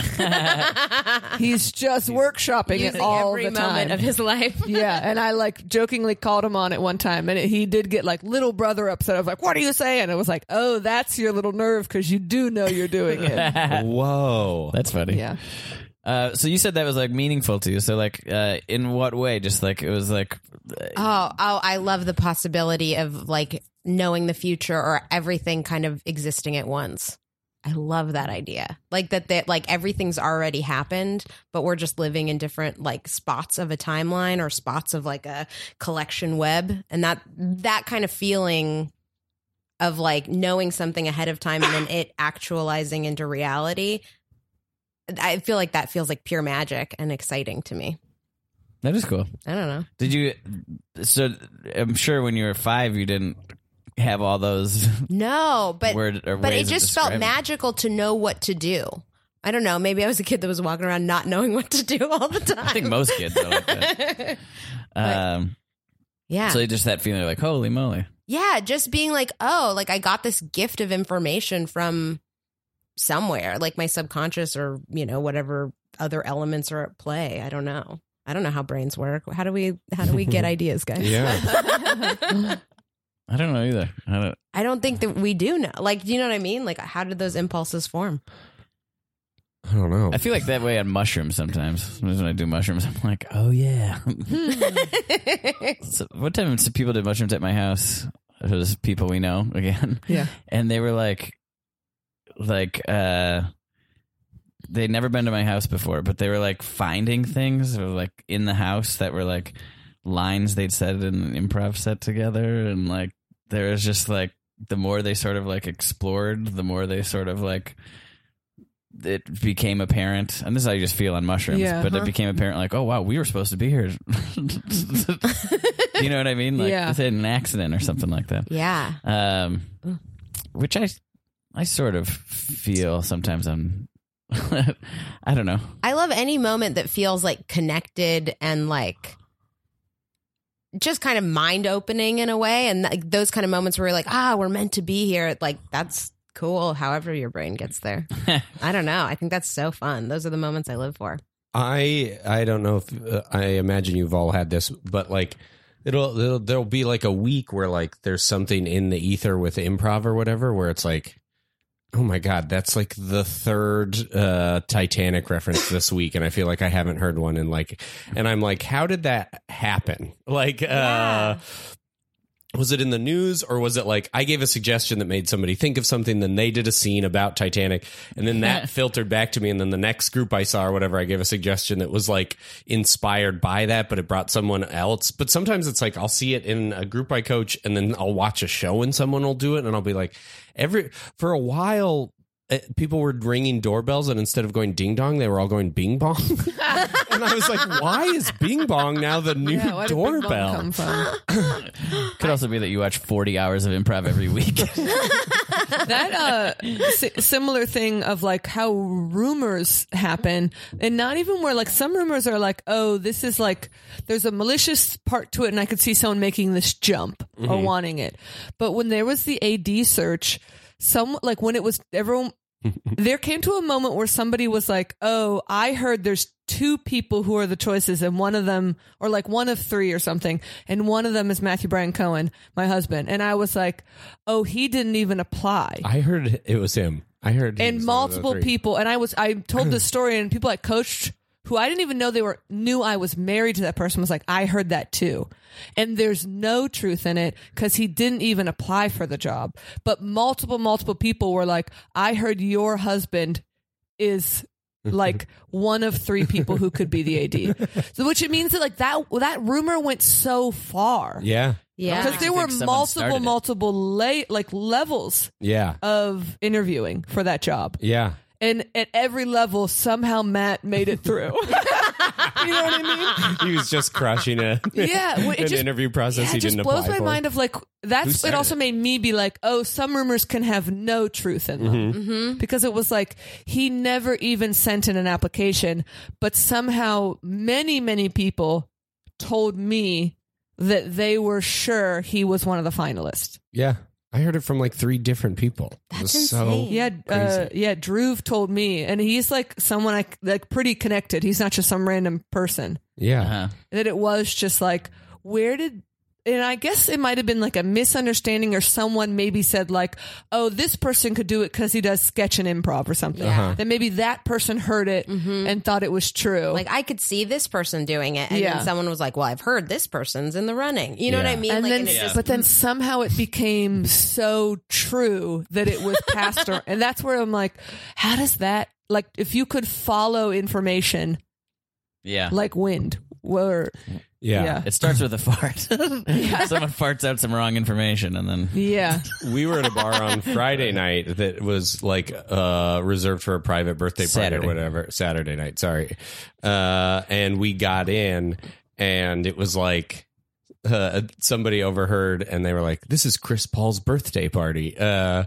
He's just workshopping it
Using
all
every
the time.
moment of his life.
Yeah, and I like jokingly called him on it one time, and it, he did get like little brother upset. I was like, "What are you saying?" It was like, "Oh, that's your little nerve because you do know you're doing it."
whoa
That's funny.
yeah,
Uh, so you said that was like meaningful to you. So like, uh, in what way? Just like it was like,
Oh, oh, I love the possibility of like knowing the future or everything kind of existing at once. I love that idea. Like that that like everything's already happened, but we're just living in different like spots of a timeline or spots of like a collection web and that that kind of feeling of like knowing something ahead of time and then it actualizing into reality. I feel like that feels like pure magic and exciting to me.
That is cool.
I don't know.
Did you? So I'm sure when you were five, you didn't have all those
No, but
word or
but
ways
it
of
just felt
describing.
magical to know what to do. I don't know. Maybe I was a kid that was walking around not knowing what to do all the time.
I think most kids are like that. Um,
yeah.
So just that feeling, like holy moly,
yeah. Just being like, oh, like I got this gift of information from somewhere, like my subconscious or, you know, whatever other elements are at play. I don't know. I don't know how brains work. How do we how do we get ideas, guys?
I don't know either. I don't.
I don't think that we do know. Like, do you know what I mean? Like how did those impulses form?
I don't know.
I feel like that way on mushrooms sometimes. Sometimes when I do mushrooms, I'm like, oh yeah. so one time, some people did mushrooms at my house. It was people we know again.
Yeah.
and they were like, like uh, they'd never been to my house before, but they were like finding things or like in the house that were like lines they'd said in an improv set together, and like there was just like the more they sort of like explored, the more they sort of like it became apparent, and this is how you just feel on mushrooms.
Yeah,
but
huh.
it became apparent, like, oh wow, we were supposed to be here. you know what I mean? Like,
Yeah.
this had an accident or something like that.
Yeah.
Um, which I, I sort of feel sometimes I'm, I don't know.
I love any moment that feels like connected and like just kind of mind opening in a way. And like those kind of moments where you're like, ah, we're meant to be here. Like that's cool. However your brain gets there. I don't know. I think that's so fun. Those are the moments I live for.
I I don't know if uh, I imagine you've all had this, but like it'll, it'll there'll be like a week where like there's something in the ether with improv or whatever where it's like, oh my god, that's like the third uh, Titanic reference this week, and I feel like I haven't heard one in like, and I'm like, how did that happen? Like, uh, was it in the news or was it like I gave a suggestion that made somebody think of something, then they did a scene about Titanic, and then that filtered back to me, and then the next group I saw or whatever, I gave a suggestion that was like inspired by that, but it brought someone else. But sometimes it's like I'll see it in a group I coach, and then I'll watch a show and someone will do it, and I'll be like, every for a while. eh, People were ringing doorbells, and instead of going ding dong, they were all going bing bong. and I was like, "Why is bing bong now the new
Yeah, where did Big Bang
doorbell?"
come from?
Could also be that you watch 40 hours of improv every week.
that uh, si- similar thing of like how rumors happen, and not even where like some rumors are like, oh, this is like there's a malicious part to it, and I could see someone making this jump or wanting it. But when there was the AD search, some like when it was everyone. there came to a moment where somebody was like, "Oh, I heard there's two people who are the choices, and one of them, or like one of three or something, and one of them is Matthew Brian Cohen, my husband." And I was like, "Oh, he didn't even apply."
I heard it was him. I heard he
and
was
"Oh,
one of the
multiple
three.
people, and I was, I told this story, and people I coached who I didn't even know they were knew I was married to that person was like, "I heard that too," and there's no truth in it because he didn't even apply for the job. But multiple, multiple people were like, "I heard your husband." is like one of three people who could be the AD. So which it means that like that that rumor went so far.
Yeah,
Yeah.
Because there
I
were
think someone
multiple,
started it.
multiple lay, like levels
yeah,
of interviewing for that job,
yeah.
and at every level, somehow Matt made it through. you know what I mean?
He was just crushing a
Yeah, well, it
an
just-
interview process.
yeah,
he
it just
didn't
blows
apply
my
for.
mind of like that's it.
started
Also made me be like, oh, some rumors can have no truth in them
Mm-hmm.
because it was like he never even sent in an application, but somehow many many people told me that they were sure he was one of the finalists.
Yeah, I heard it from like three different people. That's so
Yeah, uh, yeah. Drew told me, and he's like someone I like pretty connected. He's not just some random person.
yeah.
Uh-huh.
that it was just like where did and I guess it might have been like a misunderstanding or someone maybe said like, oh, this person could do it because he does sketch and improv or something. Then maybe that person heard it and thought it was true.
Mm-hmm. Like I could see this person doing it. And
Yeah.
then someone was like, Well, I've heard this person's in the running. You know what I mean?
and
like,
then,
it just-
but then somehow it became so true that it was passed or, and that's where I'm like, how does that, like, if you could follow information
Yeah.
like wind, where
Yeah.
Yeah.
It starts with a fart. Someone farts out some wrong information, and then
Yeah.
We were at a bar on Friday night that was like uh, reserved for a private birthday
Saturday.
party or whatever. Saturday night, sorry. Uh, and we got in, and it was like uh, somebody overheard, and they were like, "This is Chris Paul's birthday party." Uh,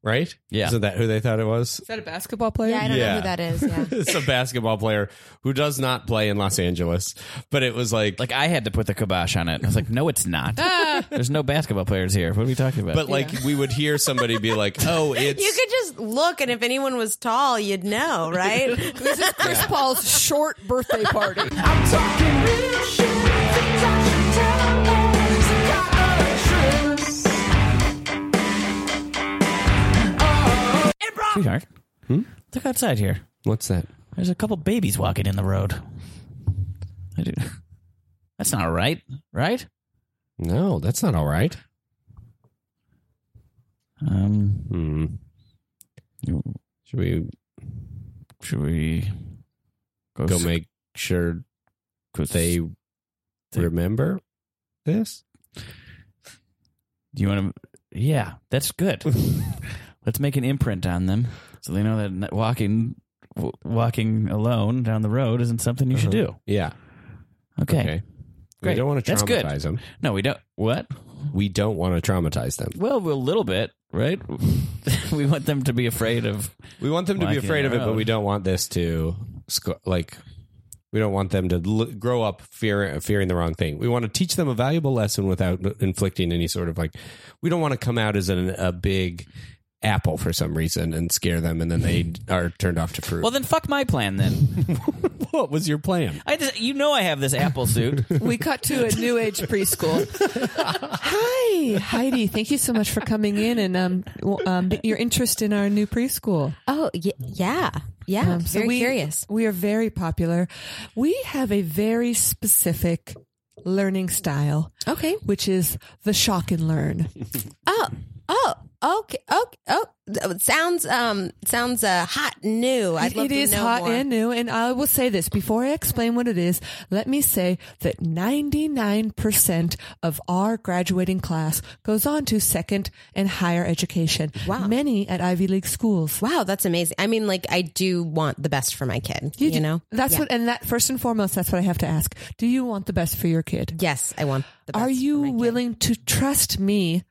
Right?
Yeah.
Isn't that who they thought it was?
Is that a basketball player?
Yeah, I don't know
Yeah.
who that is. Yeah.
it's a basketball player who does not play in Los Angeles. But it was like,
like I had to put the kibosh on it. I was like, no, it's not.
Ah.
There's no basketball players here. What are we talking about?
but like we would hear somebody be like, "Oh, it's
You could just look, and if anyone was tall, you'd know, right?
This is Chris Paul's short birthday party.
Improv.
sweetheart, look outside here.
what's that?"
There's a couple babies walking in the road. I do. That's not right, right?
No, that's not all right.
Um,
Hmm.
Hmm.
Should we
should we go,
go
s-
make sure
go s-
they
Do
remember this?
you want to? Yeah, that's good. Let's make an imprint on them so they know that n- walking w- walking alone down the road isn't something you should do.
Uh-huh. Yeah.
Uh-huh. Okay.
Okay.
Great.
We don't want to
That's good.
traumatize them.
No, we don't. What?
We don't want to traumatize them.
Well, a little bit, right? we want them to be afraid of.
We want them to
Walking
be afraid of it,
around.
but we don't want this to sc- like. We don't want them to l- grow up fear, fearing the wrong thing. We want to teach them a valuable lesson without inflicting any sort of like. We don't want to come out as an, a big apple for some reason and scare them, and then they are turned off to fruit.
Well, then fuck my plan. Then
what was your plan?
I just, you know, I have this apple suit.
We cut to a new age preschool. Hi, Heidi. Thank you so much for coming in and um, w- um, your interest in our new preschool.
Oh, y- yeah, yeah.
Um, so
very
we-
curious.
We are very popular. We have a very specific learning style,
Okay.
which is the shock and learn.
Oh, oh, okay, okay, oh. th- Sounds um sounds uh hot and new. I'd
It-
love
it
to
is
know
hot
more.
and new, and I will say this before I explain what it is. Let me say that ninety-nine percent of our graduating class goes on to second and higher education.
Wow.
many at Ivy League schools.
Wow, that's amazing. I mean, like I do want the best for my kid. You,
do-
know,
that's what, and that first and foremost, that's what I have to ask. Do you want the best for your kid?
Yes, I want. the best
Are
for
you
my kid.
willing to trust me,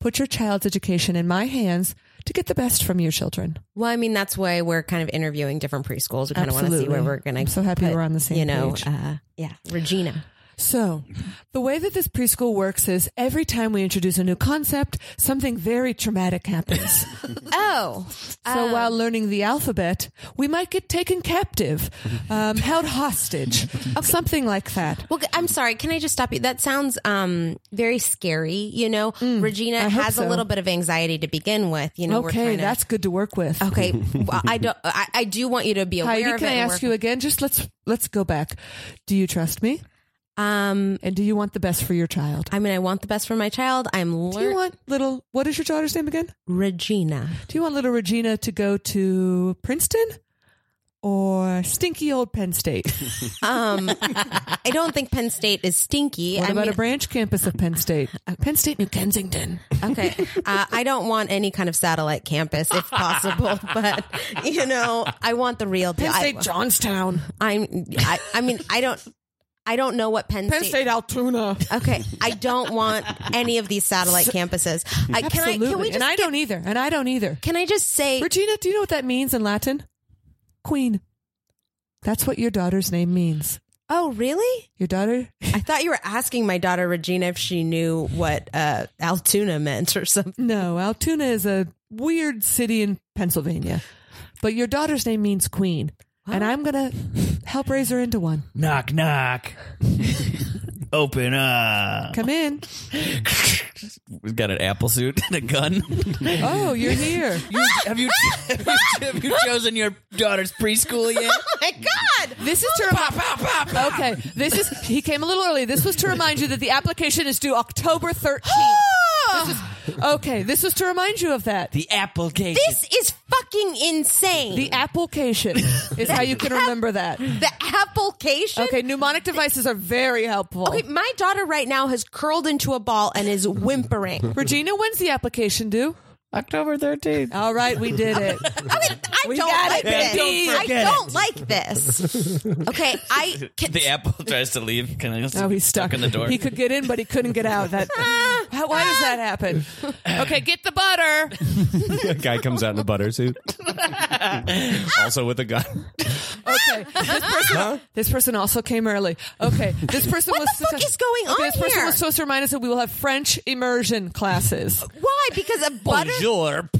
put your child's education in my hands to get the best from your children?
Well, I mean, that's why we're kind of interviewing different preschools. We kind of want to see
Absolutely.
where we're going to.
I'm so happy we're on the same
You know,
page.
uh, yeah, Regina.
So,
Mm-hmm.
the way that this preschool works is every time we introduce a new concept, something very traumatic happens.
Oh,
So while learning the alphabet, we might get taken captive, um, held hostage, something like that.
Mm-hmm. Well, g- I'm sorry. Can I just stop you? That sounds um very scary. You know, Regina
I hope
has a
so.
little bit of anxiety to begin with. You know, we're
okay,
kinda, Oh,
that's good to work with.
okay. Well, I don't. I, I do want you to be aware
Heidi,
of
can
it
I
and
ask
work-
you again? Just let's let's go back. Do you trust me?
Um,
And do you want the best for your child?
I mean, I want the best for my child. I'm
Do you
learning
want little? What is your daughter's name again?
Regina.
Do you want little Regina to go to Princeton or stinky old Penn State?
Um, I don't think Penn State is stinky.
What
I
about
mean,
a branch campus of Penn State? Penn State, New Kensington.
Okay. Uh, I don't want any kind of satellite campus if possible, but you know, I want the real deal.
Penn State,
I,
Johnstown.
I'm, I, I mean, I don't, I don't know what Penn,
Penn State, Altoona.
Okay. I don't want any of these satellite campuses. I, can I,
Absolutely.
can we just,
and I don't either. And I don't either.
can I just say,
Regina, do you know what that means in Latin? Queen. That's what your daughter's name means.
oh, really?
Your daughter
I thought you were asking my daughter Regina if she knew what uh, Altoona meant or something.
No, Altoona is a weird city in Pennsylvania. But your daughter's name means queen. And I'm going to help raise her into one.
knock, knock. Open up.
Come in.
We've got an apple suit and a gun.
Oh, you're here.
You- have, you, have you have you chosen your daughter's preschool yet?
my God.
This is to remind. Okay, this is. He came a little early. This was to remind you that the application is due October 13th. This is Okay, this is to remind you of that.
The application.
This is fucking insane.
The application is how you can remember that.
the application.
Okay, mnemonic devices are very helpful.
Okay, my daughter right now has curled into a ball and is whimpering.
Regina, when's the application due?
October 13th.
All right, we did it.
I, mean, I
We
don't
got it,
like this.
baby. Don't
I don't like this. Okay, I can,
The apple tries to leave. Can I
Oh, he's stuck.
in the door.
He could get in, but he couldn't get out. That. How- why does that happen? Okay, get the butter.
Guy comes out in a butter suit, also with a gun.
Okay, this person. This person also came early. Okay, this person
What
was.
the fuck is going
Okay,
on
This person
here?
was supposed to remind us that we will have French immersion classes.
why? Because a butter.
Bonjour,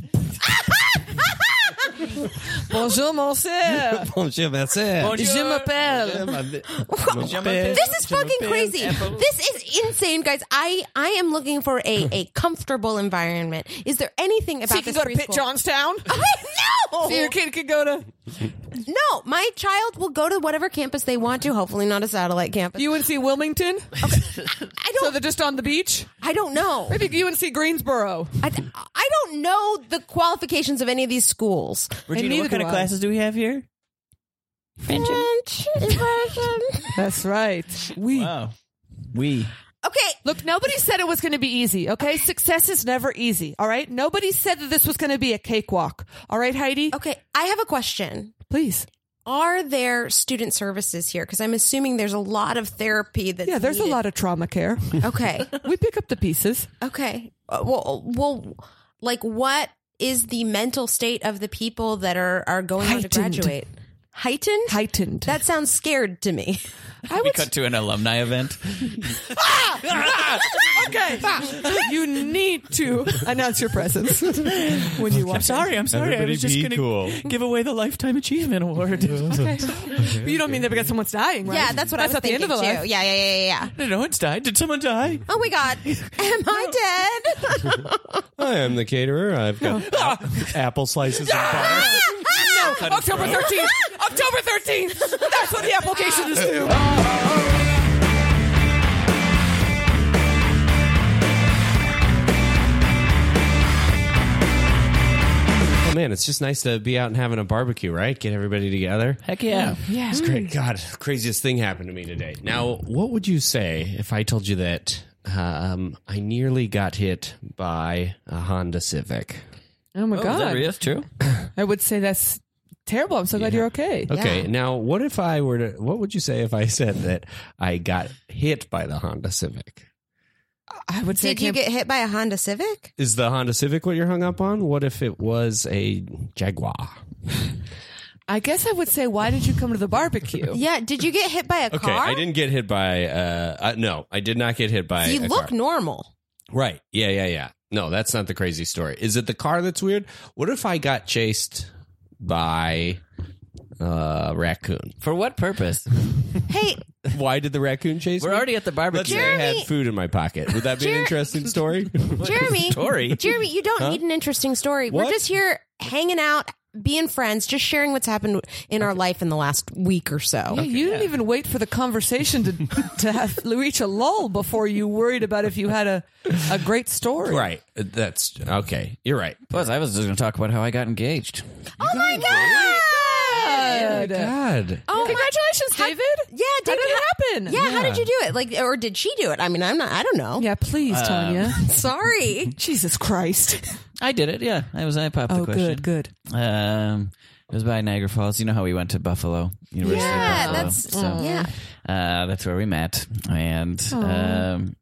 Bonjour, monsieur.
bonjour, merci.
Je m'appelle.
This is fucking crazy. This is insane, guys. I I am looking for a a comfortable environment. Is there anything about
So you can
this
go to Pitt
preschool-
Johnstown.
no.
So your kid can go to.
No, my child will go to whatever campus they want to. Hopefully, not a satellite campus.
UNC Wilmington.
I
So
don't.
they're just on the beach.
I don't know.
Maybe UNC Greensboro.
I, I don't know the qualifications of any of these schools.
Regina,
neither
what kind
do
of
I.
classes do we have here?
French immersion.
That's right. We
Wow. Oh, We.
okay,
Look, nobody said it was going to be easy, okay? Success is never easy, all right? Nobody said that this was going to be a cakewalk, all right, Heidi?
okay. I have a question.
Please.
Are there student services here? Because I'm assuming there's a lot of therapy. That's
Yeah, there's a lot of trauma care.
Of- okay,
we pick up the pieces.
okay. Uh, Well, well, like what is the mental state of the people that are are going on to
Heightened.
graduate? Heightened.
Heightened.
That sounds scared to me.
I
We
would.
cut to an alumni event.
okay. you need to announce your presence when you walk. in.
I'm sorry.
Everybody be
gonna
cool.
give away the Lifetime Achievement Award.
Okay. But you don't mean that because someone's dying, right?
Yeah, that's what I was
at the
thinking
end of the
too.
life.
Yeah, yeah, yeah, yeah, yeah.
no one's died. Did someone die?
Oh my god, am I dead?
I am the caterer. I've got apple slices and butter.
October 13th. October 13th. That's when the application is due.
Oh man, it's just nice to be out and having a barbecue, right? Get everybody together.
Heck yeah.
It's great. God, craziest thing happened to me today. Now, what would you say if I told you that um, I nearly got hit by a Honda Civic?
Oh my
Is that
God.
real? That's true.
I would say that's terrible. I'm so glad you're okay.
Okay, now what if I were to? What would you say if I said that I got hit by the Honda Civic?
I would say
Did you
camp-
get hit by a Honda Civic?
Is the Honda Civic what you're hung up on? What if it was a Jaguar?
I guess I would say, why did you come to the barbecue?
Yeah. Did you get hit by a
Okay,
car?
I didn't get hit by. Uh, uh, no, I did not get hit by.
You
a
look
car.
normal.
right. Yeah, yeah, yeah. No, that's not the crazy story. Is it the car that's weird? What if I got chased by a raccoon?
For what purpose?
Hey,
Why did the raccoon chase
We're
me?
already at the
Let's
barbecue.
say I had food in my pocket. Would that be an
Jer-
interesting story?
Jeremy.
Story.
Jeremy, you don't need an interesting story. We're
What?
just here hanging out, being friends, just sharing what's happened in our life in the last week or so.
Yeah, you didn't even wait for the conversation to to have, reach a lull before you worried about if you had a, a great story.
right. That's okay. You're right.
Plus, I was just going to talk about how I got engaged.
Oh my god!
Good.
God.
Oh my-
Congratulations,
How-
David.
Yeah,
How did
David.
it happen?
Yeah, how did you do it? Like, or did she do it? I mean, I'm not. I don't know.
Yeah, please,
Um,
Tanya.
Sorry.
Jesus Christ.
I did it. Yeah, I was. I popped the
Oh,
question.
good, good.
Um, it was by Niagara Falls. You know how we went to Buffalo University.
Yeah,
of Buffalo.
that's-
Mm.
yeah.
Uh, that's where we met, and um,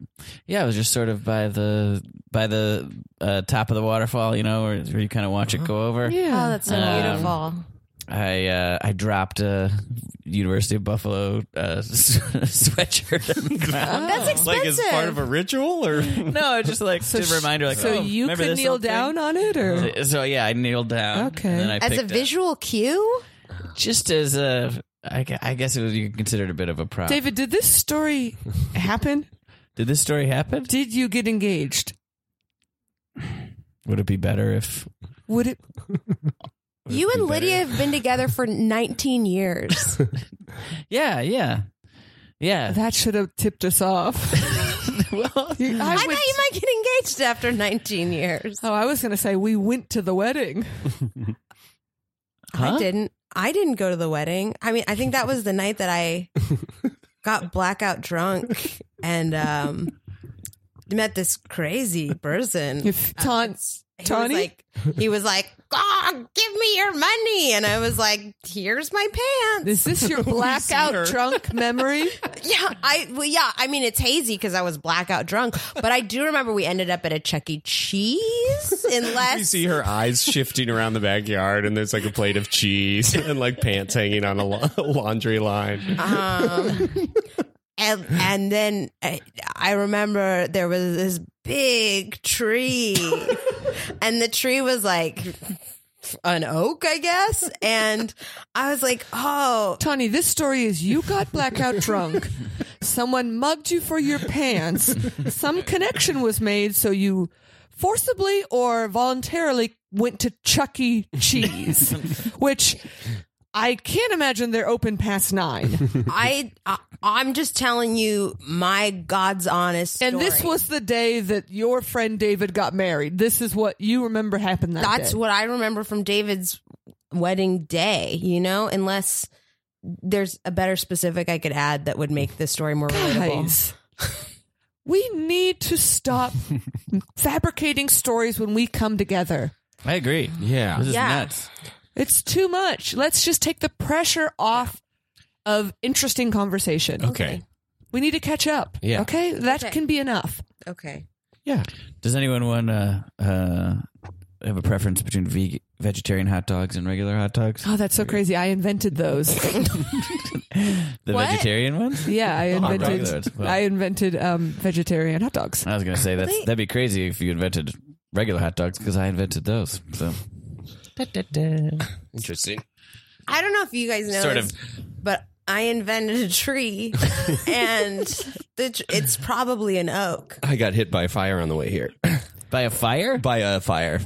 yeah, it was just sort of by the by the uh, top of the waterfall, you know, where, where you kind of watch
Uh-huh.
it go over. Um,
Oh, that's so beautiful.
I uh, I dropped a University of Buffalo uh, sweatshirt. on the ground.
That's expensive.
Like as part of a ritual or
no, just like to
sh-
remind her, like,
so
oh,
you
remember
could
this
kneel
old thing?
down on it, or
So yeah, I kneeled down.
Okay.
and then I
as a
picked up-
visual cue.
just as a, I, gu- I guess it was you could consider it a bit of a prop.
David, did this story happen?
did this story happen?
Did you get engaged?
Would it be better if?
Would it?
You and Lydia have been together for 19 years.
Yeah, yeah, yeah.
That should have tipped us off. well, you-
I
I
thought
would-
you might get engaged after 19 years.
Oh, I was going to say we went to the wedding.
I didn't. I didn't go to the wedding. I mean, I think that was the night that I got blackout drunk and um, met this crazy person.
If Ton-
He
Tawny?
was like, he was like, "Ah, give me your money," and I was like, "Here's my pants."
Is this your blackout drunk memory?
Yeah, I well, yeah. I mean, it's hazy because I was blackout drunk, but I do remember we ended up at a Chuck E. Cheese.
You
Unless
see her eyes shifting around the backyard, and there's like a plate of cheese and like pants hanging on a la- laundry line.
Ah.
and and then I, I remember there was this big tree, and the tree was like an oak, I guess. And I was like, oh,
Tony, this story is you got blackout drunk. Someone mugged you for your pants. Some connection was made, so you forcibly or voluntarily went to Chuck E. Cheese, which I can't imagine they're open past nine.
I, I I'm just telling you my God's honest.
And this
story.
was the day that your friend David got married. This is what you remember happened that
that's
day.
what I remember from David's wedding day, you know, unless there's a better specific I could add that would make this story more relatable.
Guys, we need to stop fabricating stories when we come together.
I agree.
Yeah.
This is
Yeah.
nuts.
It's too much. Let's just take the pressure off of interesting conversation.
Oh.
Okay.
We need to catch up.
Yeah.
Okay. That
Okay.
can be enough.
Okay.
Yeah.
Does anyone want to uh, have a preference between veg- vegetarian hot dogs and regular hot dogs?
Oh, that's so crazy. I invented those.
The
What?
vegetarian ones?
yeah, I
dog
invented
dogs. Well-
I invented um, vegetarian hot dogs.
I was going to say that's, that'd be crazy if you invented regular hot dogs because I invented those. So
Interesting.
I don't know if you guys know
Sort
this, but I invented a tree and the, tr- it's probably an oak.
I got hit by a fire on the way here.
by a fire?
by a fire.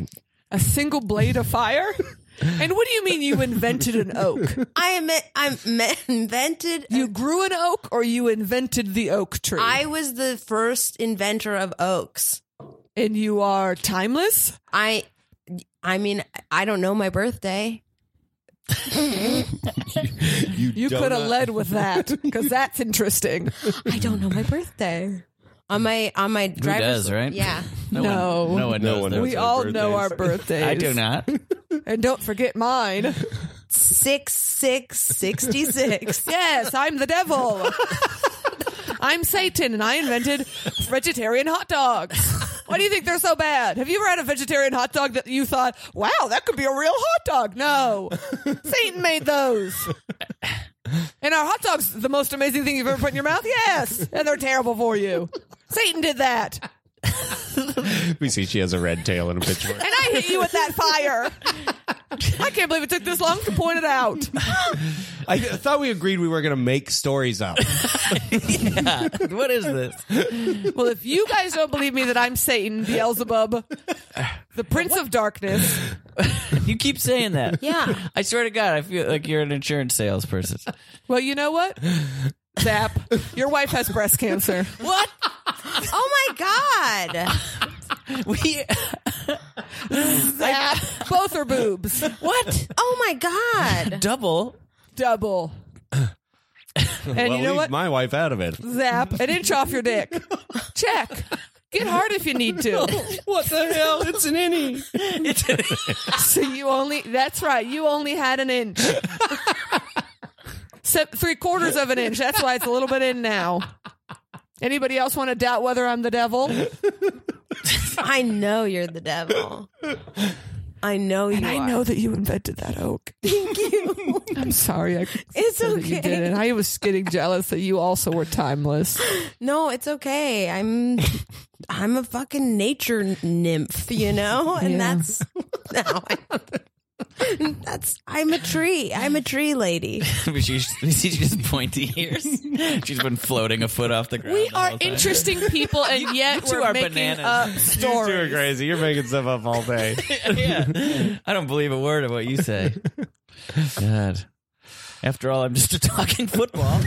A single blade of fire? And what do you mean you invented an oak?
I am I invented
You grew an oak or you invented the oak tree?
I was the first inventor of oaks.
and you are timeless?
I I mean, I don't know my birthday.
You could have led with that because that's interesting.
I don't know my birthday. On my on my
Who
driver's
does right?
Yeah.
No.
No.
One, no one knows.
one
those.
knows.
we
our
all know our
birthdays.
birthdays.
I do not.
And don't forget mine.
six six sixty six.
Yes, I'm the devil. I'm Satan, and I invented vegetarian hot dogs. Why do you think they're so bad? Have you ever had a vegetarian hot dog that you thought, wow, that could be a real hot dog? No. Satan made those. And our hot dogs, the most amazing thing you've ever put in your mouth? Yes. And they're terrible for you. Satan did that.
We see she has a red tail and a pitchfork.
And I hit you with that fire. I can't believe it took this long to point it out.
I thought we agreed we were going to make stories up.
what is this?
Well, if you guys don't believe me that I'm Satan, Beelzebub, the Prince of Darkness,
You keep saying that.
Yeah.
I swear to God, I feel like you're an insurance salesperson.
well, you know what? Zap, your wife has breast cancer.
what?
Oh my god.
We
Zap, both are boobs. What?
Oh my god.
double.
Double. And
well,
you know
leave
what?
my wife out of it.
Zap, an inch off your dick. Check. Get hard if you need to.
What the hell? It's an innie.
So you only, that's right, you only had an inch. Se- three quarters of an inch. That's why it's a little bit in now. Anybody else want to doubt whether I'm the devil?
I know you're the devil. I know you
And I
are.
know that you invented that oak.
Thank you.
I'm sorry. I
It's
said That you did,
okay.
and I was getting jealous that you also were timeless.
No, it's okay. I'm I'm a fucking nature nymph, you know? And
Yeah.
that's no, I'm- that's I'm a tree. I'm a tree lady.
she's, she's just pointy ears. She's been floating a foot off the ground.
We
the
are
whole time.
interesting people, and yet
two
we're
are
making
bananas.
up
You two are
stories.
crazy. You're making stuff up all day.
yeah. I don't believe a word of what you say. God. After all, I'm just a talking football.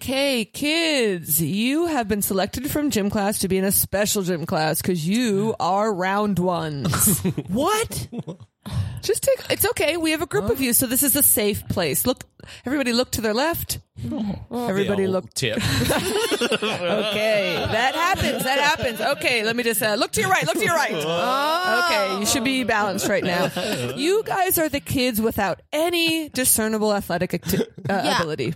Hey, kids, you have been selected from gym class to be in a special gym class because you are round ones. what? Just take, it's okay. We have a group of you, so this is a safe place. Look, everybody look to their left. Everybody look.
tip.
Okay, that happens. That happens. Okay, let me just uh, look to your right. Look to your right.
Oh.
Okay, you should be balanced right now. You guys are the kids without any discernible athletic acti- uh,
Yeah.
ability.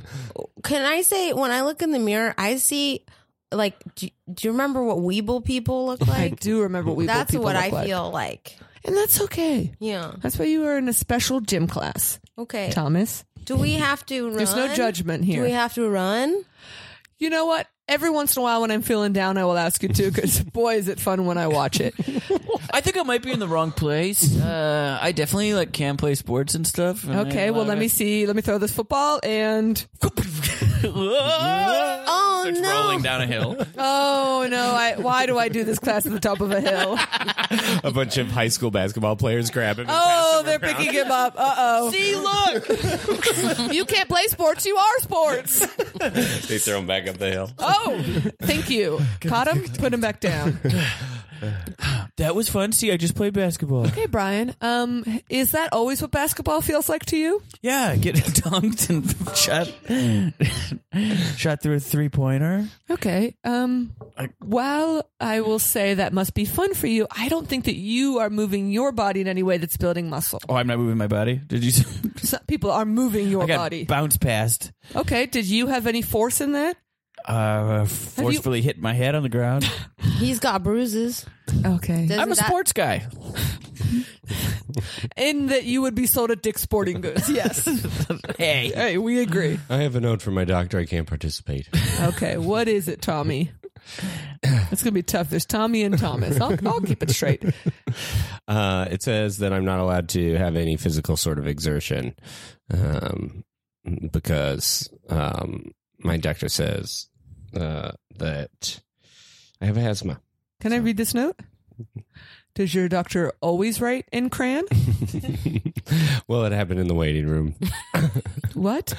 Can I say when I look in the mirror, I see like do, do you remember what Weeble people look
I
like?
do remember what we
That's
people
what
look
I
like.
feel like.
and that's okay.
Yeah.
That's why you are in a special gym class,
Okay.
Thomas.
Do we have to run?
There's no judgment here.
Do we have to run?
you know what? Every once in a while, when I'm feeling down, I will ask you to, because boy, is it fun when I watch it.
I think I might be in the wrong place. Uh, I definitely like can play sports and stuff. and I
Okay, well,
love
let me
it.
see. Let me throw this football and.
Oh
Starts
no.
rolling down a hill.
Oh no! I, why do I do this class at the top of a hill?
A bunch of high school basketball players grab him.
Oh, they're picking him up. Uh oh. See, look, you can't play sports. You are sports.
Oh.
They throw him back up the hill.
Oh, thank you. Caught him. Put him back down.
That was fun. See, I just played basketball.
Hey, Brian. Um, is that always what basketball feels like to you?
Yeah, get dunked and shot, shot through a three pointer.
Okay. Um, while I will say that must be fun for you, I don't think that you are moving your body in any way that's building muscle.
Oh, I'm not moving my body. Did you? s-
Some people are moving your
I got
body.
bounced past.
okay. Did you have any force in that?
Uh, forcefully hit my head on the ground.
He's got bruises.
Okay.
Doesn't
I'm a
that-
sports guy.
in that you would be sold at Dick's Sporting Goods. Yes.
Hey,
hey, we agree.
I have a note from my doctor. I can't participate.
Okay, what is it, Tommy? It's gonna be tough. There's Tommy and Thomas. I'll, I'll keep it straight.
Uh, it says that I'm not allowed to have any physical sort of exertion um, because um, my doctor says uh, that I have asthma.
Can I read this note? Does your doctor always write in crayon?
well, it happened in the waiting room.
What?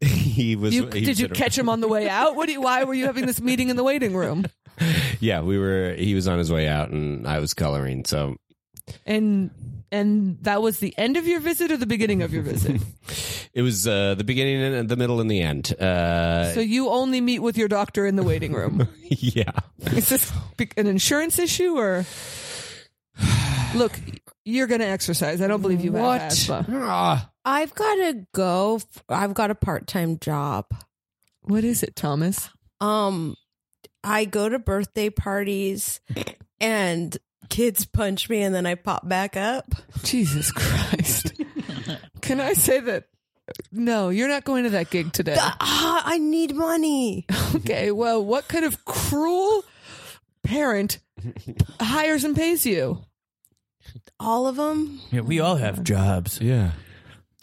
he was.
You,
he
did you
said-
catch him on the way out? What? Do you, why were you having this meeting in the waiting room?
Yeah, we were. He was on his way out, and I was coloring. So
And and that was the end of your visit or the beginning of your visit?
it was uh, the beginning, and the middle, and the end. Uh,
So you only meet with your doctor in the waiting room.
yeah.
Is this be- an insurance issue or? Look, you're going to exercise. I don't believe you
What?
have asthma.
Ah.
I've got to go. f- I've got a part-time job.
What is it, Thomas?
Um I go to birthday parties and kids punch me and then I pop back up.
Jesus Christ! Can I say that? No, you're not going to that gig today.
Ah, I need money.
Okay. Well, what kind of cruel parent hires and pays you?
All of them.
yeah, we all have jobs.
Yeah.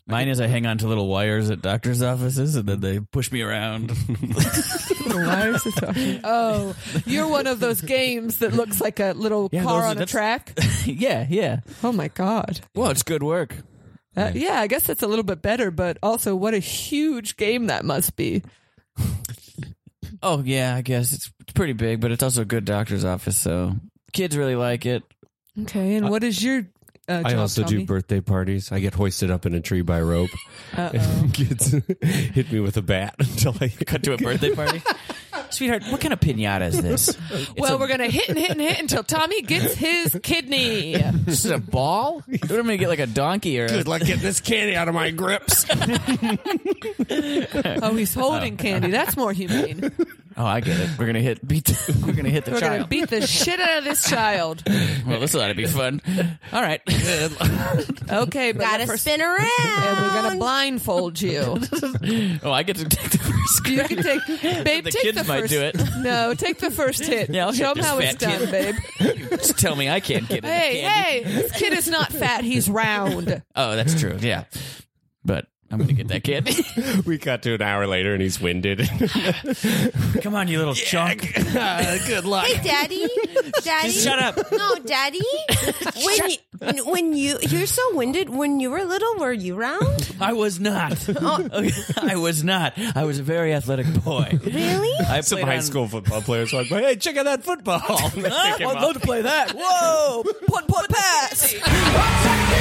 Mine is I hang on to little wires at doctors' offices, and then they push me around.
Why is it talking? Oh, you're one of those games that looks like a little
Yeah,
car
those are-
on a
that's-
track.
yeah, yeah.
Oh my God.
Well, it's good work.
Uh, yeah, I guess that's a little bit better, but also what a huge game that must be.
Oh yeah, I guess it's it's pretty big, but it's also a good doctor's office, so kids really like it.
Okay, and what is your uh, job,
I also do
Tommy?
birthday parties. I get hoisted up in a tree by a rope.
Uh-oh.
Kids hit me with a bat until I
Cut to a birthday party, sweetheart. What kind of pinata is this? It's
Well,
a-
we're gonna hit and hit and hit until Tommy gets his kidney.
this is a ball. What am I gonna get like a donkey or? a-
good luck getting this candy out of my grips.
Oh, he's holding candy. That's more humane.
oh, I get it. We're gonna hit beat. The, we're gonna hit the
We're gonna
child.
beat the shit out of this child.
well, this ought to be fun. All right.
Okay, but
Got to
first-
spin around.
and we're gonna blindfold you.
oh, I get to take the first.
You
Grade.
can take, babe.
The
take
kids
the
might
first,
do it.
No, take the first hit.
Yeah, I'll
show
hit
them
this
how it's
fat kid.
done, babe.
Just tell me I can't get it.
Hey, hey, this kid is not fat. He's round.
Oh, that's true. Yeah, but I'm gonna get that kid.
we cut to an hour later and he's winded.
Come on, you little chunk. Ah,
Good luck.
Hey, Daddy. Daddy.
Just shut up.
No, Daddy. When you, when you you're so winded. When you were little, were you round?
I was not. Oh. I was not. I was a very athletic boy.
Really?
I
Some
played
high
on-
school football players like, hey, check out that football. They pick
Huh?
him
I'd
up.
love to play that. Whoa! Put, put, pass.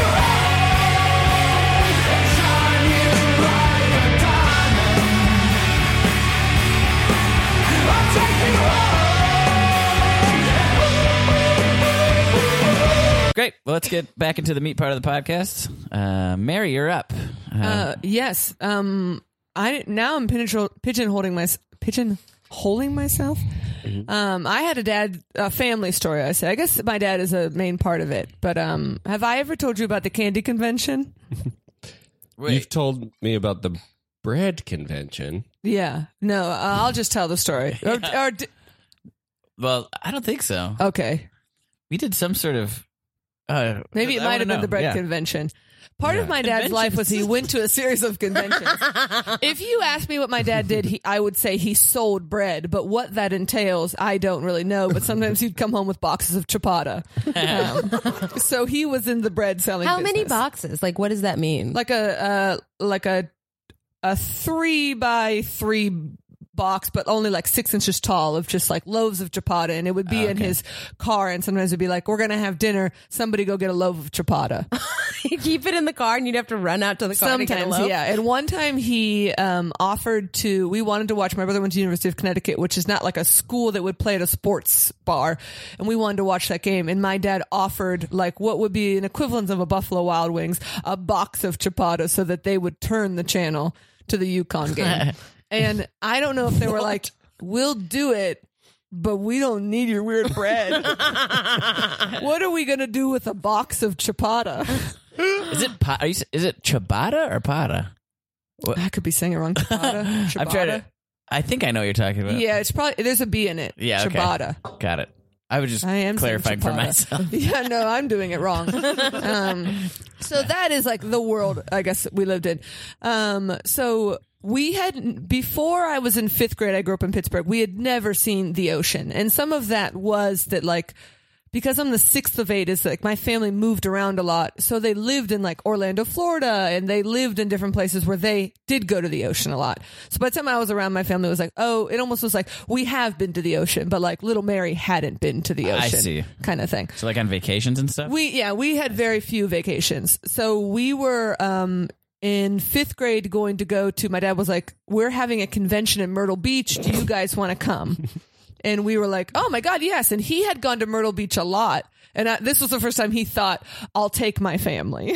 Great. Well, let's get back into the meat part of the podcast. Uh, Mary, you're up. Uh,
Uh, yes. Um, I now I'm pigeon pigeonholing my pigeon holding myself. Um, I had a dad a family story. I say I guess my dad is a main part of it. But um, have I ever told you about the candy convention?
You've told me about the bread convention.
Yeah. No, uh, I'll just tell the story. Or, or d-
well, I don't think so.
okay.
We did some sort of. Uh,
Maybe it
I
might have
wanna
been the
know.
bread
Yeah.
convention. Part of my dad's life was he went to a series of conventions. if you ask me what my dad did, he, I would say he sold bread, but what that entails, I don't really know. But sometimes he'd come home with boxes of ciabatta. Um, so he was in the bread selling.
How many
business.
boxes? Like, what does that mean?
Like a uh, like a a three by three box, but only like six inches tall of just like loaves of ciabatta, and it would be in his car. And sometimes it'd be like, "We're gonna have dinner. Somebody go get a loaf of ciabatta."
you keep it in the car, and you'd have to run out to the car to get a
Sometimes,
loaf?
yeah. And one time he um, offered to. We wanted to watch. My brother went to University of Connecticut, which is not like a school that would play at a sports bar, and we wanted to watch that game. And my dad offered like what would be an equivalent of a Buffalo Wild Wings, a box of ciabatta, so that they would turn the channel to the Yukon game. and I don't know if they were like, "We'll do it." But we don't need your weird bread. what are we gonna do with a box of ciabatta?
Is it pa- are you, s- is it ciabatta or pata?
I could be saying it wrong. Ciabatta.
I'm trying to. I think I know what you're talking about.
Yeah, it's probably there's a B in it.
Yeah. okay.
ciabatta.
Got it. I was just
I am saying
clarifying for
ciabatta.
myself.
yeah, no, I'm doing it wrong. Um, so that is like the world I guess we lived in. Um, so we had before I was in fifth grade. I grew up in Pittsburgh. We had never seen the ocean, and some of that was that like. Because I'm the sixth of eight, is like my family moved around a lot. So they lived in like Orlando, Florida, and they lived in different places where they did go to the ocean a lot. So by the time I was around, my family was like, oh, it almost was like, we have been to the ocean, but like little Mary hadn't been to the ocean.
I see.
Kind of thing.
So like on vacations and stuff.
We yeah, we had very few vacations. So we were um in fifth grade going to go to my dad was like, We're having a convention in Myrtle Beach. Do you guys want to come? And we were like, Oh my God, yes. And he had gone to Myrtle Beach a lot. And I, this was the first time he thought, I'll take my family.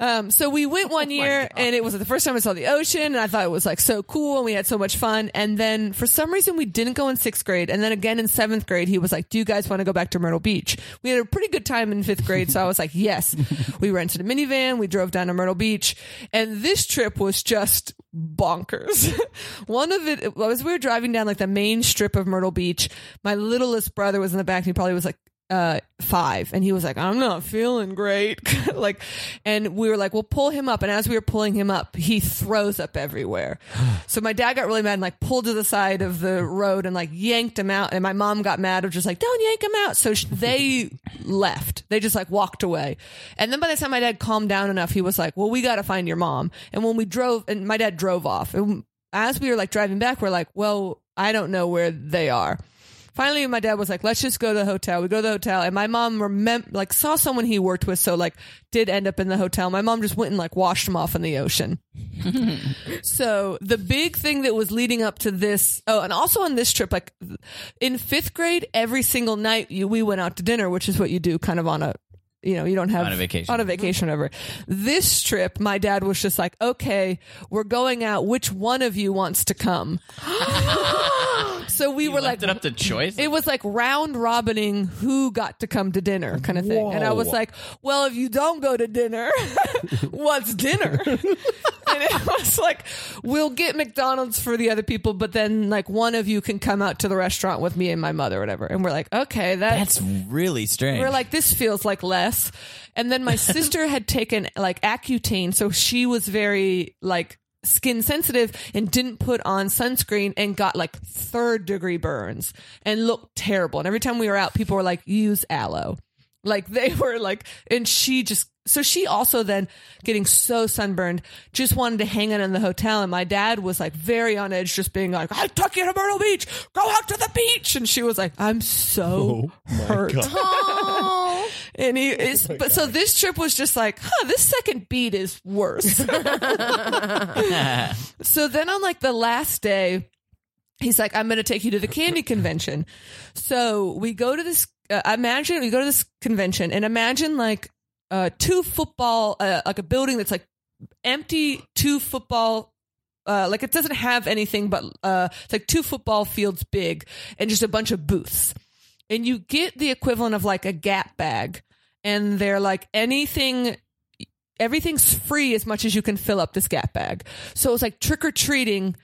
Um, so we went one year and it was the first time I saw the ocean and I thought it was like so cool and we had so much fun. And then for some reason we didn't go in sixth grade. And then again in seventh grade, he was like, do you guys want to go back to Myrtle Beach? We had a pretty good time in fifth grade. So I was like, yes, we rented a minivan. We drove down to Myrtle Beach and this trip was just bonkers. One of it well, as we were driving down like the main strip of Myrtle Beach, my littlest brother was in the back and he probably was like, uh five and he was like i'm not feeling great like and we were like well pull him up and as we were pulling him up he throws up everywhere so my dad got really mad and like pulled to the side of the road and like yanked him out and my mom got mad of just like don't yank him out so sh- they left they just like walked away and then by the time my dad calmed down enough he was like well we got to find your mom and when we drove and my dad drove off and as we were like driving back we're like well i don't know where they are Finally, my dad was like, "Let's just go to the hotel." We go to the hotel, and my mom remem- like saw someone he worked with, so like did end up in the hotel. My mom just went and like washed him off in the ocean. so the big thing that was leading up to this, oh, and also on this trip, like in fifth grade, every single night you, we went out to dinner, which is what you do, kind of on a, you know, you don't have
On a vacation.
on a vacation, whatever. This trip, my dad was just like, "Okay, we're going out. Which one of you wants to come?" so we were
left
like
it up to choice.
it was like round robining who got to come to dinner kind of thing. And I was like, well, if you don't go to dinner, what's dinner? and it was like, we'll get McDonald's for the other people, but then like one of you can come out to the restaurant with me and my mother, or whatever. And we're like, okay, that's
That's really strange.
we're like, this feels like less. And then my sister had taken like Accutane, so she was very like skin sensitive and didn't put on sunscreen and got like third degree burns and looked terrible. And every time we were out, people were like, use aloe. Like they were like, and she just, so she also then getting so sunburned, just wanted to hang out in the hotel. And my dad was like very on edge, just being like, I took you to Myrtle Beach, go out to the beach. And she was like, I'm so hurt. And he is, but so this trip was just like, huh, this second beat is worse. so then on like the last day, he's like, I'm going to take you to the candy convention. So we go to this, uh, imagine we go to this convention and imagine like uh, two football, uh, like a building that's like empty, two football. Uh, like it doesn't have anything but uh, it's like two football fields big and just a bunch of booths and you get the equivalent of like a gap bag and they're like anything everything's free as much as you can fill up this gap bag so it's like trick-or-treating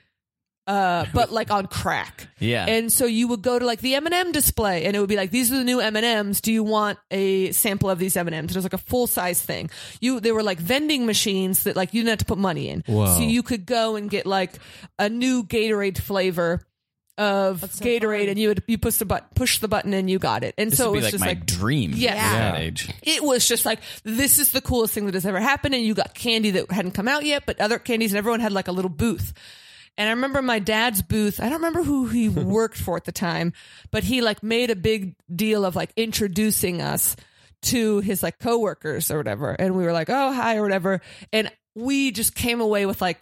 uh, but like on crack
Yeah.
and so you would go to like the m&m display and it would be like these are the new m&ms do you want a sample of these m&ms and it was like a full-size thing you there were like vending machines that like you didn't have to put money in so you could go and get like a new gatorade flavor of Gatorade, and you would you push the but push the button and you got it. And
this
so
would
it
be like
was just
my
like
dream.
Yeah.
at that age.
it was just like this is the coolest thing that has ever happened. And you got candy that hadn't come out yet, but other candies, and everyone had like a little booth. And I remember my dad's booth. I don't remember who he worked for at the time, but he like made a big deal of like introducing us to his like coworkers or whatever. And we were like, oh hi or whatever. And we just came away with like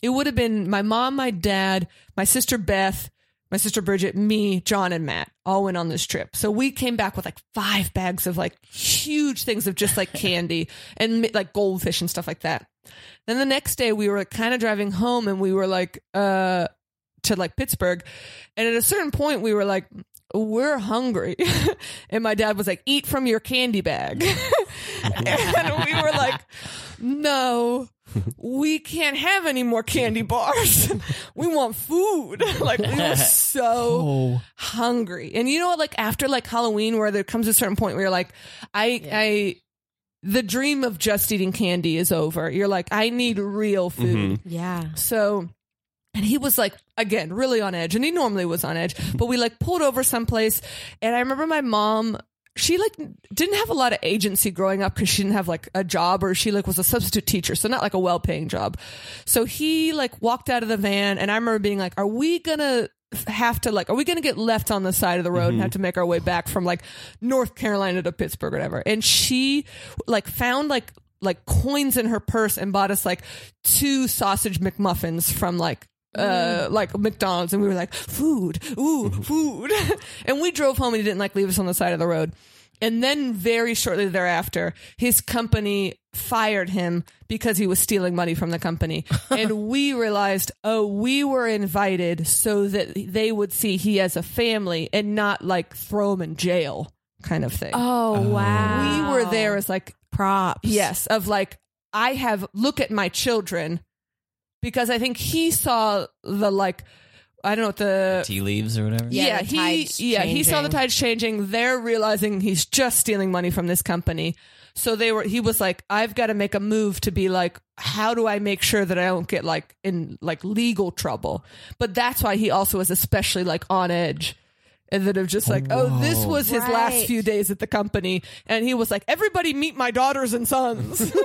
it would have been my mom, my dad, my sister Beth, my sister Bridget, me, John, and Matt all went on this trip. So we came back with like five bags of like huge things of just like candy and like goldfish and stuff like that. Then the next day we were kind of driving home and we were like, uh, to like Pittsburgh. And at a certain point we were like, we're hungry. and my dad was like, eat from your candy bag. and we were like, no, we can't have any more candy bars. we want food. like we were so hungry. And you know what? Like after like Halloween, where there comes a certain point where you're like, I, I, the dream of just eating candy is over. You're like, I need real food.
Yeah.
So, and he was like, again, really on edge, and he normally was on edge, but we like pulled over someplace. And I remember my mom, she like didn't have a lot of agency growing up because she didn't have like a job or she like was a substitute teacher. So, not like a well paying job. So, he like walked out of the van, and I remember being like, are we gonna have to like are we gonna get left on the side of the road and have to make our way back from like north carolina to pittsburgh or whatever and she like found like like coins in her purse and bought us like two sausage McMuffins from like uh
Mm-hmm.
like McDonald's and we were like food ooh food and we drove home and he didn't like leave us on the side of the road and then very shortly thereafter his company fired him because he was stealing money from the company and we realized oh we were invited so that they would see he has a family and not like throw him in jail kind of thing
Oh,
we
wow.
were there as like
props.
Yes, of like I have look at my children because I think he saw the like I don't know what the
Tea leaves or whatever.
Yeah, the
he
tides
yeah he saw the
changing.
tides changing. They're realizing he's just stealing money from this company. So they were he was like I've got to make a move to be like how do I make sure that I don't get like in like legal trouble. But that's why he also was especially like on edge. And then of just like, oh, this was his last
Right.
few days at the company, and he was like, "Everybody meet my daughters and sons."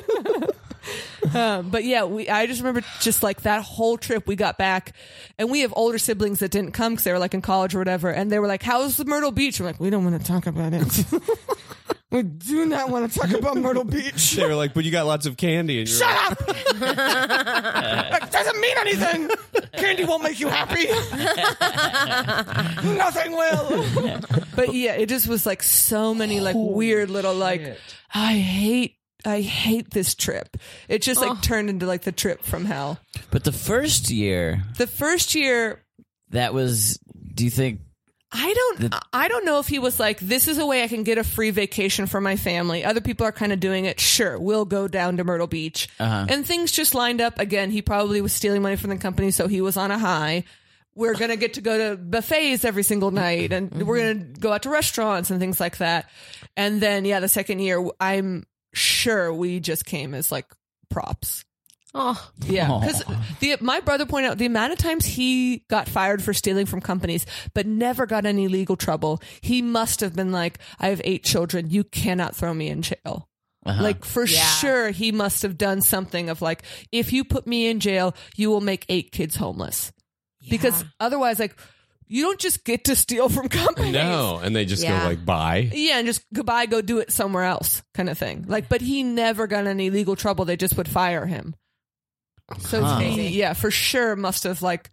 um, but yeah, we I just remember just like that whole trip we got back, and we have older siblings that didn't come because they were like in college or whatever, and they were like, "How's the Myrtle Beach?" I'm like, "We don't want to talk about it. we do not want to talk about Myrtle Beach.
They were like, but you got lots of candy. And you're
Shut up! that doesn't mean anything. Candy won't make you happy. Nothing will. but yeah, it just was like so many like weird little like I hate I hate this trip. It just like turned into like the trip from hell.
But the first year,
The first year
that was do you think?
I don't.
The-
I don't know if he was like, "This is a way I can get a free vacation for my family." Other people are kind of doing it. Sure, we'll go down to Myrtle Beach,
Uh-huh.
and things just lined up. Again, he probably was stealing money from the company, so he was on a high. We're gonna get to go to buffets every single night, and
Mm-hmm.
we're gonna go out to restaurants and things like that. And then, yeah, the second year, I'm sure we just came as like props.
Oh,
Yeah,
Aw.
because the my brother pointed out the amount of times he got fired for stealing from companies, but never got any legal trouble. He must have been like, "I have eight children. You cannot throw me in jail."
Uh-huh.
Like for
Yeah.
sure, he must have done something of like, "If you put me in jail, you will make eight kids homeless," because otherwise, like, you don't just get to steal from companies.
No, and they just
Yeah.
go like bye.
Yeah, and just goodbye, go do it somewhere else, kind of thing. Like, but he never got any legal trouble. They just would fire him. So
Huh.
he, yeah, for sure, must have like,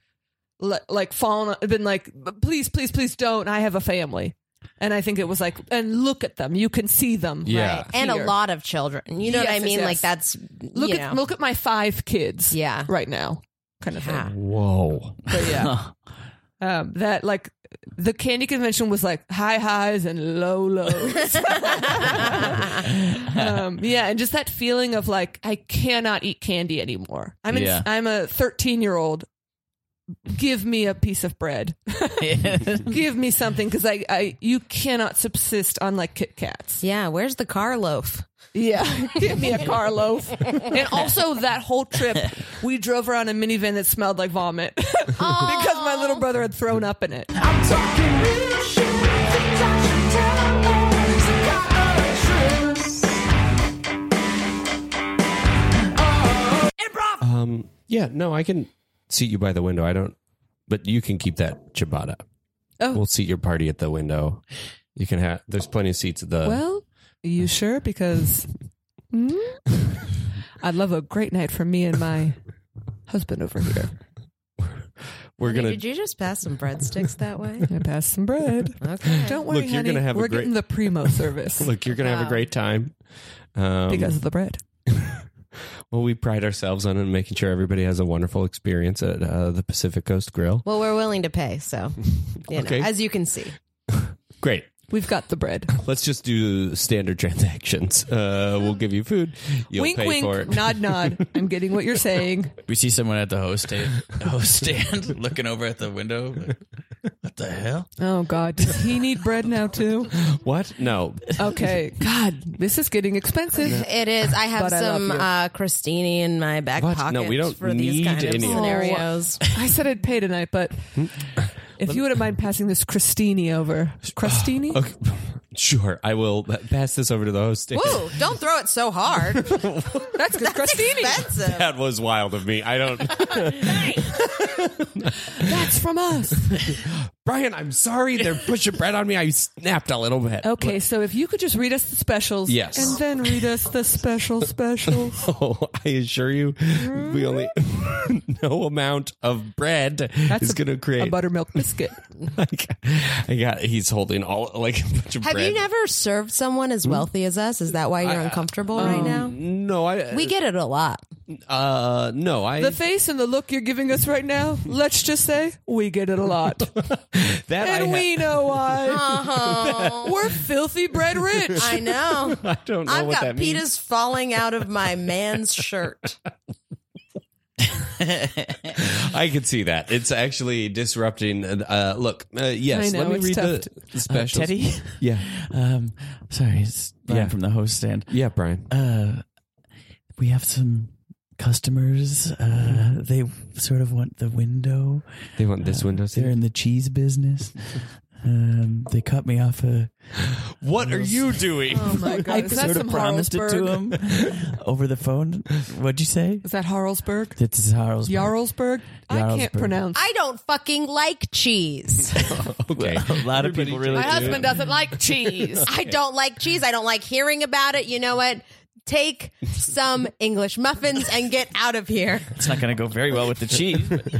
le- like fallen, been like, please, please, please don't. I have a family, and I think it was like, and look at them. You can see them.
Yeah.
right
and a
here.
lot of children. You know what
Yes,
I
yes,
mean?
yes.
Like that's
Look
you
at
know.
look at my five kids.
Yeah.
right now, kind of
Yeah.
thing.
Whoa.
But yeah, um, that like the candy convention was like high highs and low lows. um, yeah, and just that feeling of like I cannot eat candy anymore. I'm in,
Yeah.
I'm a 13 year old. Give me a piece of bread. Give me something because I, I you cannot subsist on like Kit Kats.
Yeah, where's the car loaf?
Yeah, give me a car loaf. and also that whole trip, we drove around a minivan that smelled like vomit because my little brother had thrown up in it.
Um. Yeah. No, I can seat you by the window. I don't. But you can keep that ciabatta.
Oh.
We'll seat your party at the window. You can have. There's plenty of seats at the.
Well, you sure? Because Hmm? I'd love a great night for me and my husband over here.
we're
Honey,
gonna.
Did you just pass some breadsticks that way?
I pass some bread.
Okay.
Don't worry,
Look, you're
honey.
gonna have a
We're
great-
getting the primo service
Look, you're gonna have a great time. Um,
because of the bread.
well, we pride ourselves on making sure everybody has a wonderful experience at uh, the Pacific Coast Grill.
Well, we're willing to pay, so you know,
Okay.
as you can see.
Great.
We've got the bread.
Let's just do standard transactions. Uh, we'll give you food. You'll
wink,
pay
wink.
for it.
Nod, nod. I'm getting what you're saying.
we see someone at the host stand, host stand looking over at the window. like, what the hell?
Oh God, does he need bread now too?
What? No.
Okay, God, this is getting expensive.
It is. I have
But I love
some
you.
uh Christini in my back
What?
pocket
No, we don't
for these kind
need
of
any of
scenarios.
Oh. I said I'd pay tonight, but if you wouldn't mind passing this Christini over, Christini.
Oh,
Okay. Sure. I will pass this over to the host.
Whoa, don't throw it so hard.
That's good, Christini.
Expensive.
That was wild of me. I don't.
That's from us.
Brian, I'm sorry. They're pushing bread on me. I snapped a little bit.
Okay, so if you could just read us the specials.
Yes.
And then read us the special specials.
Oh, I assure you, we only no amount of bread is
a-
going to create.
A buttermilk biscuit.
Like, I got. He's holding all like a bunch of
Have
bread.
you never served someone as wealthy as us? Is that why you're uncomfortable right now?
No, I.
We get it a lot.
uh, no, I.
The face and the look you're giving us right now, let's just say we get it a lot.
that I,
And
ha-
we know why.
Oh,
We're filthy bread rich.
I know.
I don't know
I've
what that
got
means.
pitas falling out of my man's shirt.
I could see that. It's actually disrupting. Uh, look, uh, yes,
I know,
let me
it's
read
tough Uh,
the special.
Teddy?
Yeah.
Um, sorry, it's Brian
Yeah.
from the host stand.
Yeah, Brian.
Uh, we have some customers. Uh, they sort of want the window.
They want this window
They're
seat.
in the cheese business. Um, they cut me off a.
What are you doing?
Oh my God.
I
is that
sort
some
of promised it to
Harlsberg?
them over the phone. What'd you say?
Is that Harlsberg?
It's Harlsberg.
Jarlsberg? I can't
Jarlsberg.
pronounce.
I don't fucking like cheese.
Okay.
A lot of
Everybody
people really
My
do.
husband doesn't like cheese.
I don't like cheese. I don't like hearing about it. You know what?
take some English muffins and get out of here.
It's not going to go very well with the cheese. but-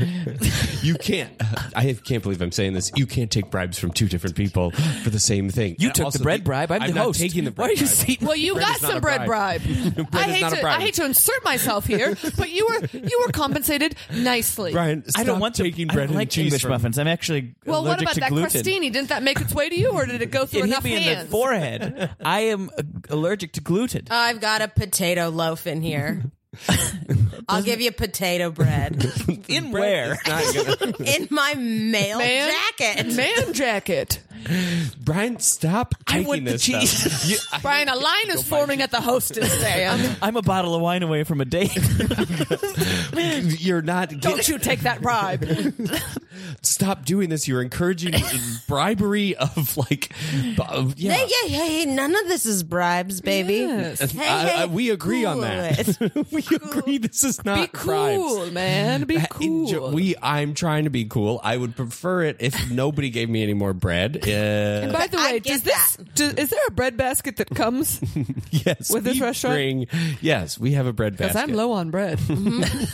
You can't. I can't believe I'm saying this. You can't take bribes from two different people for the same thing.
You took
Also,
the bread bribe. I'm, the
not
host.
taking the bread
Why are you
bribe.
seating?
Well, you
Bread
got
is not
some
a
bread bribe.
bribe.
I
is
hate
not a
to
bribe.
I hate to insert myself here, but you were you were compensated nicely.
Brian,
I
stop
don't want
taking
to,
bread
I don't
and
like
cheese
English
from-
muffins. I'm actually
Well, what
allergic
about
to
that
gluten.
crostini? Didn't that make its way to you, or did it go through
It hit
enough
me
hands? Uh,
in the forehead. I am uh, allergic to gluten.
I've got a potato loaf in here. I'll give you potato bread
in where?
in my mail
Man?
jacket.
Man jacket.
Brian, stop
I
taking
want the
this
cheese.
stuff. You- I-
Brian, a line is forming at the hostess, Sam.
I'm a bottle of wine away from a date.
You're not. Get,
Don't you take that bribe.
stop doing this. You're encouraging bribery of like. of- yeah.
Hey, yeah, yeah, hey, none of this is bribes, baby. Hey,
I- I-
hey,
we agree on
cool
that.
it.
we agree. This is not
Be cool,
bribes.
man. Be cool.
Enjoy- we. I'm trying to be cool. I would prefer it if nobody gave me any more bread. Uh,
By the
I
way, does
get
this do, is there a bread basket that comes?
yes,
With this
we
restaurant?
bring- yes, we have a bread
Because
basket.
I'm low on bread.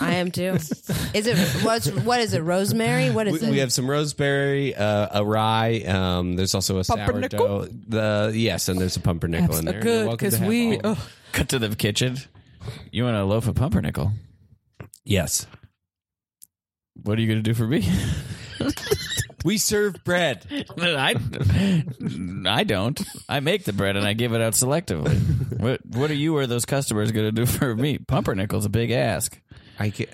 I am too. Is it what's what is it? Rosemary? What
We,
is it?
we have some rosemary, uh, a rye. Um, there's also a
Pumpernickel?
sourdough. The yes, and there's a pumpernickel in there. You're
good
welcome to
because
have
we.
all-
oh,
Cut to the kitchen. You want a loaf of pumpernickel?
yes,
What are you going to do for me?
we serve bread.
I, I don't. I make the bread and I give it out selectively. What What are you or those customers going to do for me? Pumpernickel's a big ask.
I can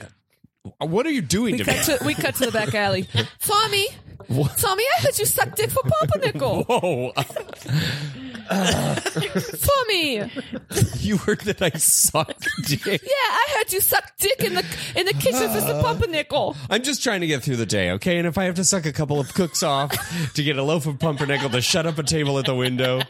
Uh, What are you doing
we
to
cut
me?
to we cut to the back alley. Tommy, Tommy, I heard you sucked dick for pumpernickel.
Whoa! uh,
Tommy, yeah,
you heard that I suck dick.
I heard you sucked dick in the in the kitchen for some pumpernickel.
I'm just trying to get through the day, okay? And if I have to suck a couple of cooks off to get a loaf of pumpernickel to shut up a table at the window,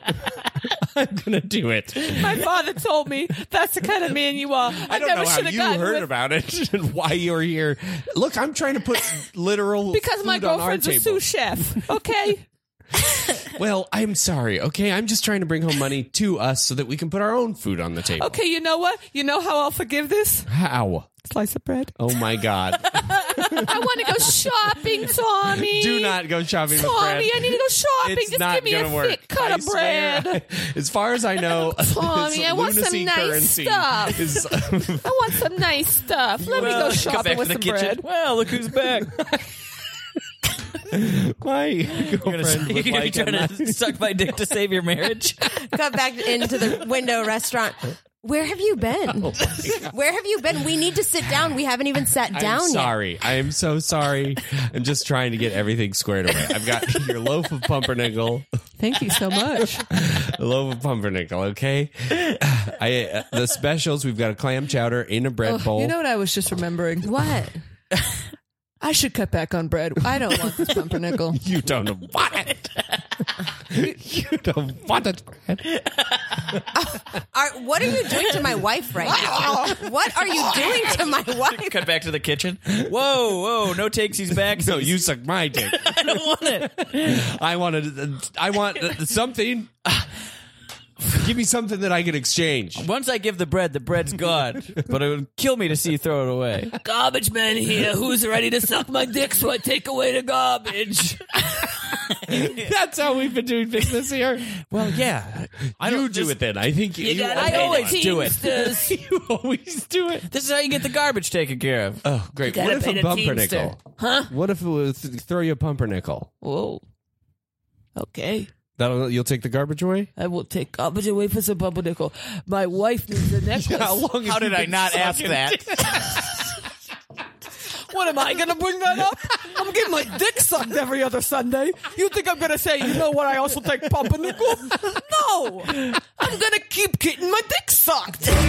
I'm gonna do it.
My father told me that's the kind of man you are. I,
I don't
never
know how
should have
you
gotten
heard
with,
about it and why you're here. Look, I'm trying to put literal
because my
food on our
girlfriend's a
table.
sous chef. Okay,
Well, I'm sorry, okay? I'm just trying to bring home money to us so that we can put our own food on the table.
okay. You know what? You know how I'll forgive this
How?
slice of bread.
Oh my god.
I want to go shopping, Tommy.
Do not go shopping with bread.
Tommy, I need to go shopping.
It's
Just
not
give me
gonna
a
work.
thick cut
I
of
swear.
bread.
as far as I know,
Tommy,
this
I want some
lunacy
nice
currency
stuff.
Is,
I want some nice stuff. Let me go shopping with some bread.
Well, look who's back.
my
You're
girlfriend would
going
like a
to
nice-
suck my dick to save your marriage?
Got back into the window restaurant. Where have you
Oh,
been? Where have you been? We need to sit down. We haven't even sat down
I'm sorry. I am so sorry. I'm just trying to get everything squared away. I've got your loaf of pumpernickel,
Thank you so much.
a loaf of pumpernickel. Okay. I uh, the specials. We've got a clam chowder in a bread bowl.
Oh, You know what I was just remembering?
yet. What?
I should cut back on bread. I don't want this pumpernickel.
you don't want it. you don't want it.
Are, what are you doing to my wife right now? What are you doing to my wife?
Cut back to the kitchen. Whoa, whoa, no takesies back.
No, you suck my dick.
I don't want it.
I wanted. I want something. Give me something that I can exchange.
Once I give the bread, the bread's gone. But it would kill me to see you throw it away. Garbage man here, who's ready to suck my dick so I take away the garbage.
That's how we've been doing business here.
Well, yeah. I
you
don't-
do
this-
it then. I think you.
gotta
I
pay
always
the
do it.
Teamsters.
you always do it.
This is how you get the garbage taken care of.
Oh, great! What if a pumpernickel? Huh? What if it was throw you a pumpernickel?
Whoa. Okay.
That'll you'll take the garbage away.
I will take garbage away for some pumpernickel. My wife needs a necklace.
How did I not ask that?
What am I going to bring that up? I'm getting my dick sucked every other Sunday. You think I'm going to say, you know what? I also take pumpernickel. No, I'm going to keep getting my dick sucked.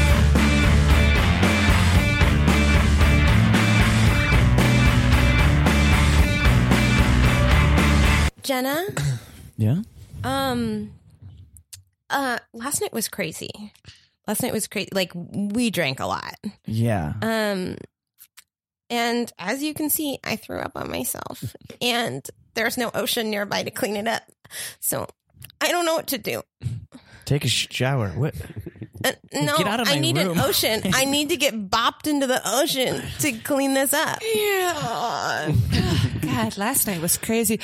Jenna,
Yeah.
um, uh, last night was crazy. Last night was crazy. Like, we drank a lot.
Yeah.
Um, and as you can see, I threw up on myself, and there's no ocean nearby to clean it up. So I don't know what to do.
Take a shower. What?
Uh, no,
Get out of
I
my
need
room.
an ocean. I need to get bopped into the ocean to clean this up.
Yeah. God, last night was crazy.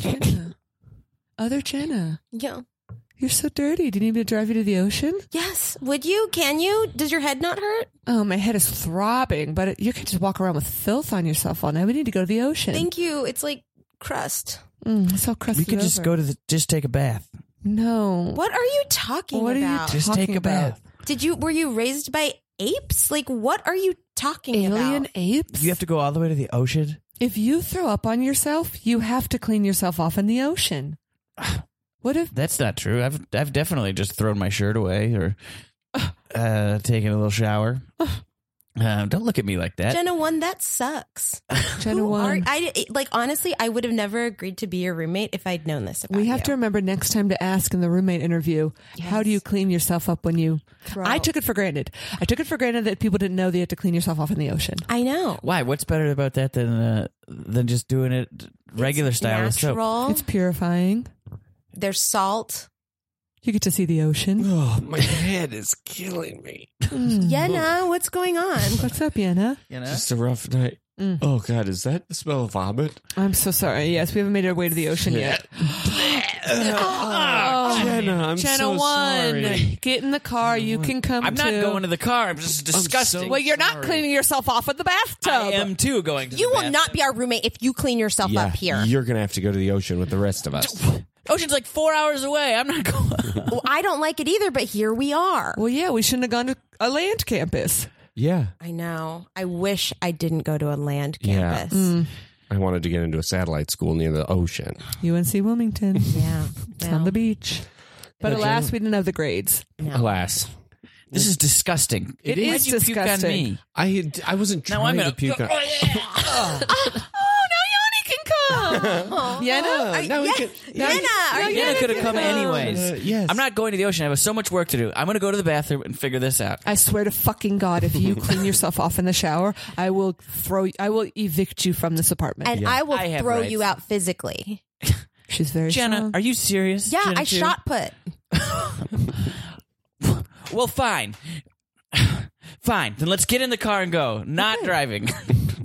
Jenna. Other Jenna.
Yeah.
You're so dirty. Do you need me to drive you to the ocean?
Yes. Would you? Can you? Does your head not hurt?
Oh, my head is throbbing, but you can just walk around with filth on yourself all night. We need to go to the ocean.
Thank you. It's like crust.
Mm, it's all crusted
You could just
over.
go to the, just take a bath.
No.
What are you talking
What are you
about?
talking
Just take a
about?
bath.
Did you? Were you raised by apes? Like, what are you talking
Alien
about?
apes?
You have to go all the way to the ocean.
if you throw up on yourself, you have to clean yourself off in the ocean. What if
That's not true. I've I've definitely just thrown my shirt away or uh, taken a little shower. Uh, don't look at me like that.
Jenna one, that sucks.
Jenna
Who
won?
are- I like honestly, I would have never agreed to be your roommate if I'd known this. About
We have to
you.
remember next time to ask in the roommate interview, how do you clean yourself up when you.
Throw
I
up.
took it for granted. I took it for granted that people didn't know that you had to clean yourself off in the ocean.
I know.
Why? What's better about that than uh, than just doing it regular style with soap?
Natural.
It's purifying.
There's salt.
You get to see the ocean.
Oh, my head is killing me.
Mm-hmm.
Jenna, what's going on?
What's up, Yana?
You know?
Just a rough night. Oh God, is that the smell of vomit?
I'm so sorry. Yes, we haven't made our way to the ocean yet. Oh,
Jenna, I'm
Jenna
so
one,
sorry.
get in the car. You can come.
Mm. I'm not
too.
going to the car. I'm just disgusting.
Well, you're not cleaning yourself off with the bathtub.
I am too going to
You
the
will
bath.
not be our roommate if you clean yourself
Yeah,
up here.
You're gonna have to go to the ocean with the rest of us.
Ocean's like four hours away. I'm not going.
Well, I don't like it either, but here we are.
Well, yeah, we shouldn't have gone to a land campus.
Yeah,
I know. I wish I didn't go to a land
Yeah.
campus.
I wanted to get into a satellite school near the ocean.
UNC Wilmington. it's
Yeah.
on
No.
the beach. But alas, we didn't have the grades.
Alas,
this is disgusting.
It
Why'd
is
you puke on
disgusting.
me?
I had, I wasn't
Now
trying
I'm gonna
to puke. on-
Oh, now Yanni can come.
Oh,
Yana,
now we can- now we
Jenna, are you
Yeah, I could have come anyways.
Uh, yes.
I'm not going to the ocean. I have so much work to do. I'm going to go to the bathroom and figure this out.
I swear to fucking God, if you clean yourself off in the shower, I will throw. I will evict you from this apartment.
and I will
I have
throw
rights.
you out physically.
She's very
Jenna,
strong.
are you serious?
Yeah,
Jenna
I
too?
shot put.
Well, fine. fine. Then let's get in the car and go. Not driving.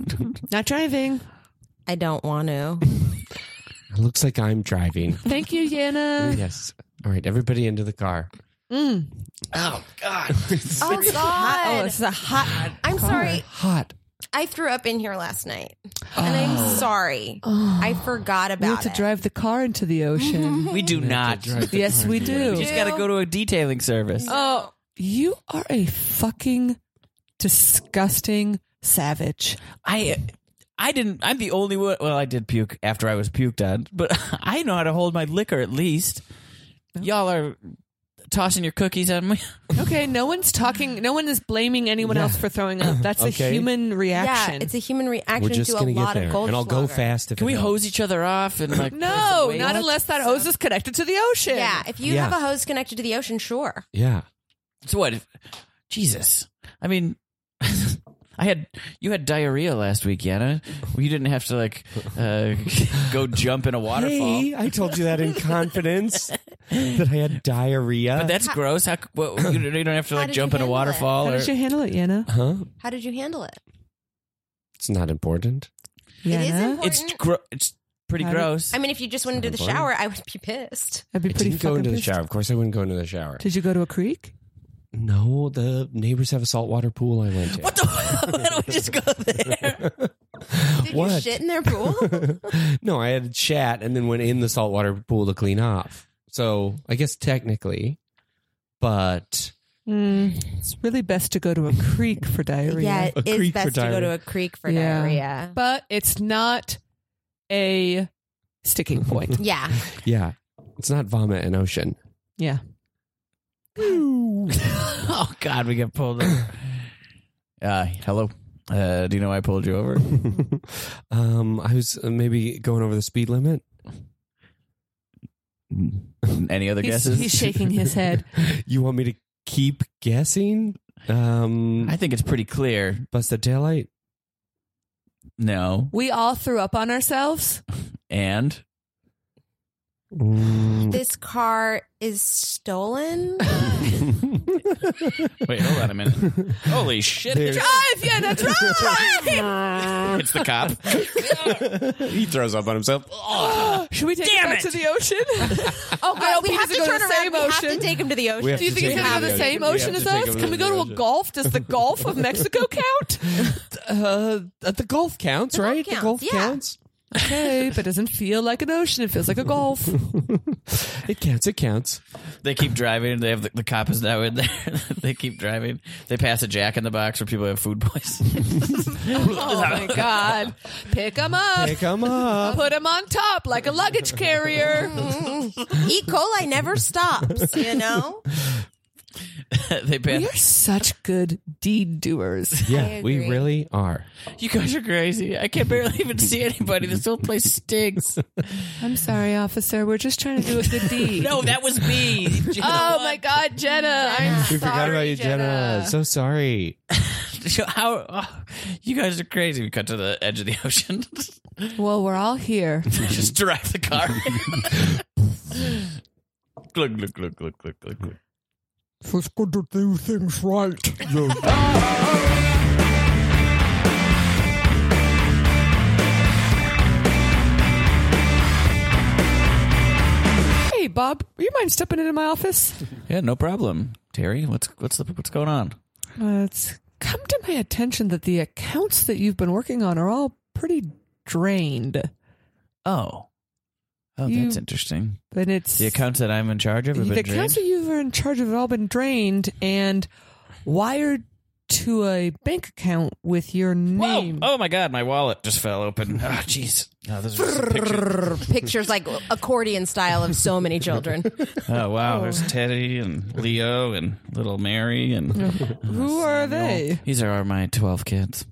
not driving.
I don't want to.
It looks like I'm driving.
Thank you, Yana.
yes. All right, everybody into the car. Oh God, it's
Mm. Oh
Oh,
God!
it's a hot.
I'm sorry.
hot.
I threw up in here last night, and
Oh.
I'm sorry. I forgot
We have
about
Oh. to
it.
drive the car into the ocean.
we do not. You
Drive the
yes,
car
we
into the
do.
just got to go to a detailing service.
Oh, you are a fucking disgusting savage.
I. I didn't. I'm the only one. Well, I did puke after I was puked on, but I know how to hold my liquor at least. Y'all are tossing your cookies on me.
Okay, no one's talking. No one is blaming anyone else for throwing up. That's a
Okay.
human reaction.
yeah, it's a human
We're
reaction
just
to a
gonna get
lot
there,
of gold.
and I'll go fast if
Can
it
we
helps.
hose each other off and like?
No,
wait?
not unless that hose is connected to the ocean.
Yeah, if you
Yeah.
have a hose connected to the ocean, sure.
Yeah.
So what? if- Jesus. I mean, I had you had diarrhea last week, Yana. You didn't have to like uh, go jump in a waterfall.
Hey, I told you that in confidence that I had diarrhea.
But that's gross. How? c- What, you don't you don't have to
How
like
did
jump
you
in a
handle it?
waterfall.
How
Or,
did you handle it, Yana?
huh?
How did you handle it?
It's not important.
It is
Yana?
important.
it's gro- It's pretty
How did-
gross.
I mean, if you just went into the
Important.
shower, I would be pissed.
I'd be
I
pretty
didn't go
fucking
into the
pissed.
shower. Of course, I wouldn't go into the shower.
Did you go to a creek?
No, the neighbors have a saltwater pool. I went to.
what the? Why don't we just go there?
Did you
What?
shit in their pool?
no, I had a chat and then went in the saltwater pool to clean off. So I guess technically, but
It's really best to go to a creek for diarrhea.
yeah, it
A
is
creek for
best to go to
diarrhea.
a creek for
Yeah.
diarrhea.
But it's not a sticking point.
Yeah,
yeah, it's not vomit and ocean.
yeah.
oh God, we got pulled over. Uh, hello. Uh, do you know why I pulled you over?
um, I was uh, maybe going over the speed limit.
Any other
He's,
guesses?
he's shaking his head.
You want me to keep guessing? Um,
I think it's pretty clear.
bust the taillight.
No,
We all threw up on ourselves.
and
This car is stolen.
Wait, hold on a minute. Holy shit!
Drive, Ah, yeah, that's right.
It's the cop.
He throws up on himself.
Should we take it back to the ocean?
Oh
I hope
we
he
have to
doesn't go
turn
to the
around.
same
We have
ocean.
to take him to the ocean.
Do you think it's
take
gonna
him to
go to the
the
same
ocean. We
ocean
have
as
to take
us?
him to
Can we
the
go to a
ocean.
golf? Does the Gulf of Mexico count?
Uh, the golf counts,
The golf
right?
counts,
the golf
yeah.
counts.
okay, but it doesn't feel like an ocean. It feels like a golf.
It counts. It counts.
They keep driving. They have the, the cop is now in there. they keep driving. They pass a Jack in the Box where people have food poisoning.
Oh my god! Pick him up.
Come on.
Put him on top like a luggage carrier.
E. coli never stops, you know?
they pass.
We are such good deed doers.
Yeah, we really are.
You guys are crazy. I can barely even see anybody. This whole place stinks.
I'm sorry, officer. We're just trying to do a good deed.
no, that was me.
Oh my God, Jenna! I'm
We forgot
sorry,
about you, Jenna. So sorry.
So How oh, you guys are crazy? We cut to the edge of the ocean.
Well, we're all here.
Just drive the car. Glug glug glug glug glug glug glug.
Let's go to do things right.
Hey, Bob, you mind stepping into my office?
Yeah, no problem, Terry. What's what's the, what's going on?
Uh, it's come to my attention that the accounts that you've been working on are all pretty drained,
Oh, oh,
You-
that's interesting.
and it's
The accounts that I'm in charge of have
the
been
accounts
drained.
that you were in charge of have all been drained and wired to a bank account with
Whoa!
your name.
Oh my God, my wallet just fell open. Oh, jeez. Oh, those are just pictures.
Pictures like accordion style of so many children.
oh wow, there's Teddy and Leo and little Mary and
Who are they?
these are my twelve kids.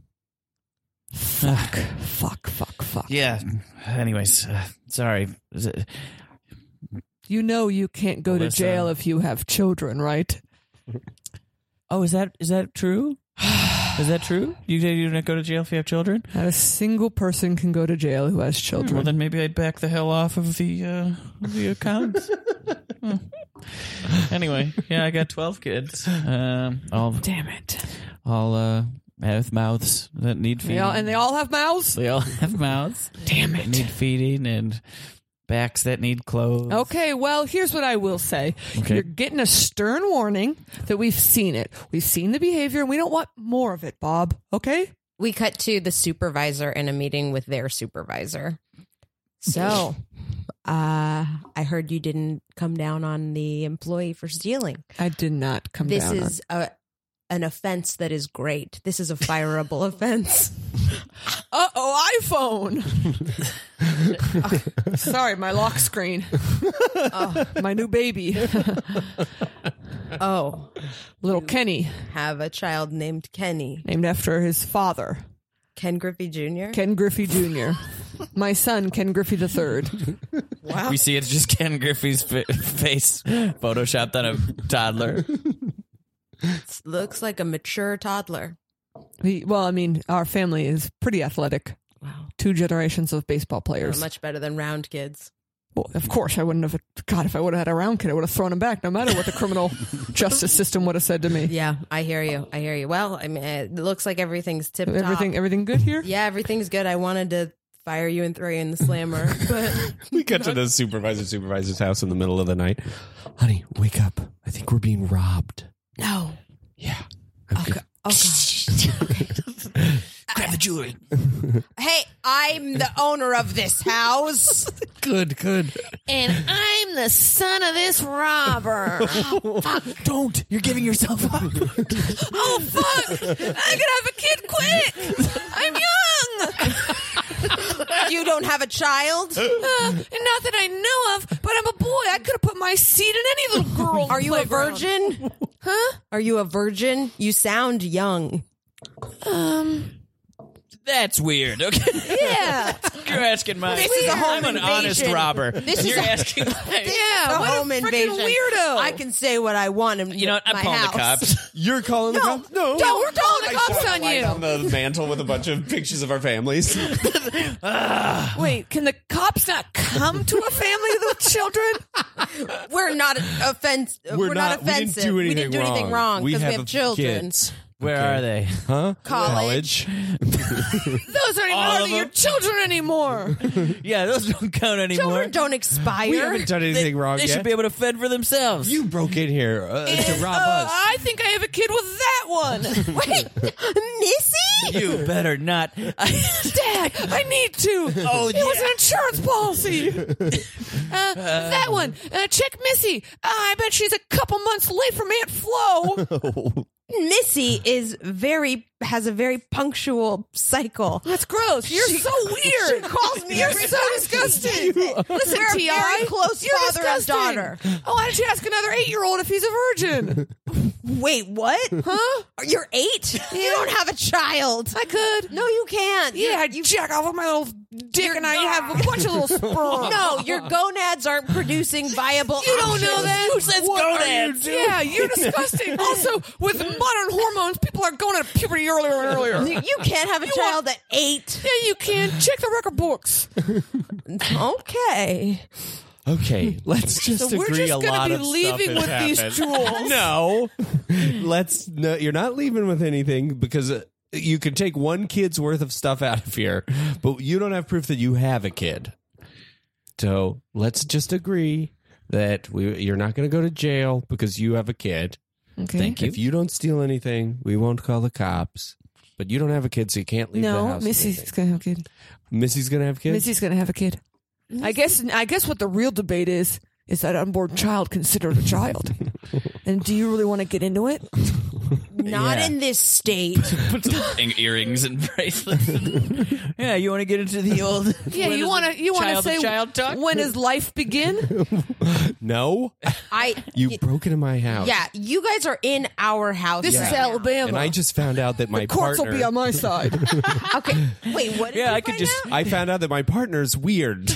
Fuck, fuck, fuck, fuck.
Yeah. Anyways, uh, sorry. Is it-
You know you can't go
Melissa.
to jail if you have children, right?
Oh, is that is that true? Is that true? You you don't go to jail if you have children?
Not a single person can go to jail who has
Hmm, Well,
children.
then maybe I'd back the hell off of the uh, the account. Hmm. anyway, yeah, I got twelve kids. Um, all
Damn it.
all uh, with mouths that need feeding.
They all, and they all have mouths?
They all have mouths
Damn
that need feeding and backs that need clothes.
Okay, well, here's what I will say.
Okay.
You're getting a stern warning that we've seen it. We've seen the behavior and we don't want more of it, Bob. Okay?
We cut to the supervisor in a meeting with their supervisor. So, uh, I heard you didn't come down on the employee for stealing.
I did not come
This
down on-
is a, an offense that is great. This is a fireable offense.
Uh oh, iPhone. Sorry, my lock screen. Oh, my new baby,
Oh,
little Kenny,
have a child named Kenny,
named after his father,
Ken Griffey Jr.
Ken Griffey Jr. My son, Ken Griffey III.
We see it's just Ken Griffey's fa- face photoshopped on a toddler.
looks like a mature toddler.
He, well, I mean, our family is pretty athletic.
Wow.
Two generations of baseball players.
Much better than round kids.
Well, of course, I wouldn't have. God, if I would have had a round kid, I would have thrown him back, no matter what the criminal justice system would have said to me.
Yeah, I hear you. I hear you. Well, I mean, it looks like everything's tip
Everything, everything good here?
Yeah, everything's good. I wanted to fire you and throw you in the slammer, but
We got to the supervisor supervisor's house in the middle of the night.
Honey, wake up. I think we're being robbed.
no.
Yeah.
Oh, go- oh, God.
Grab the jewelry.
Hey, I'm the owner of this house,
Good, good.
and I'm the son of this robber.
Don't. You're giving yourself up.
oh fuck! I'm gonna have a kid quick. I'm young. you don't have a child?
Uh, Not that I know of, but I'm a boy. I could have put my seed in any little girl.
Are you a virgin? Huh? Are you a virgin? You sound young.
That's weird. Okay.
Yeah.
You're asking my.
This is a home
I'm an honest
invasion.
robber.
This is
You're
a-
asking my.
yeah.
what a frickin' weirdo.
I can say what I want. In
You know what? I'm
my
calling
house.
the cops.
You're calling the cops? No.
No, we're calling the cops on you.
On the mantle with a bunch of pictures of our families.
Wait, can the cops not come to a family with children?
We're not offense. We're, not, offensive. We didn't do anything wrong because we, have children.
Where are they?
Huh?
College.
Those aren't even
All
hardly
of
your
them?
children anymore.
Yeah, those don't count anymore.
Children don't expire.
done anything wrong
they should be able to fend for themselves.
you broke in here uh, to
And,
rob
uh,
us.
I think I have a kid with that one.
Wait, Missy?
You better not.
Dad, I need to.
Oh,
it was an insurance policy. Uh, that one. Uh, check Missy. Uh, I bet she's a couple months late from Aunt Flo.
Missy is very has a very punctual cycle.
That's gross. You're so weird. She calls me. You're so disgusting. Listen,
We're a
Ti,
very close
you're
father and
disgusting.
daughter.
Oh, why don't you ask another eight-year-old if he's a virgin?
Wait, what?
Huh?
You're eight? You don't have a child.
I could.
No, you can't.
Yeah, I jack off with my little dick, and I have a bunch of little sperm.
No, your gonads aren't producing viable.
You don't know that.
What are
gonads. Yeah, you're disgusting. also, with modern hormones, people are going to puberty earlier and earlier.
You you can't have a child at eight.
Yeah, you can. Check the record books.
Okay.
Okay, let's just
So we're
agree
just
a
gonna
lot
be
of
leaving
stuff has
with these
happened. No, let's. No, you're not leaving with anything because uh, you can take one kid's worth of stuff out of here, but you don't have proof that you have a kid. So let's just agree that we, you're not going to go to jail because you have a kid.
Okay.
Thank you.
If you don't steal anything, we won't call the cops. But you don't have a kid, so you can't leave the
No,
house. with
Missy's
anything.
gonna have a kid.
Missy's going to have kids.
Missy's gonna have a kid. I guess. I guess what the real debate is is that unborn child considered a child, and do you really want to get into it?
Not in this state.
Put some ring- earrings and bracelets. yeah, you want to get into the old.
Yeah, you want to. You want to
child to
say
child talk?
when does life begin?
No,
I.
you broke into my house.
Yeah, you guys are in our house.
This
right
is
now.
Alabama.
and I just found out that my
Courts
partner.
will be on my side.
Okay. Wait, what? Did
Yeah,
you
I could
find
just-
out?
I found out that my partner's weird.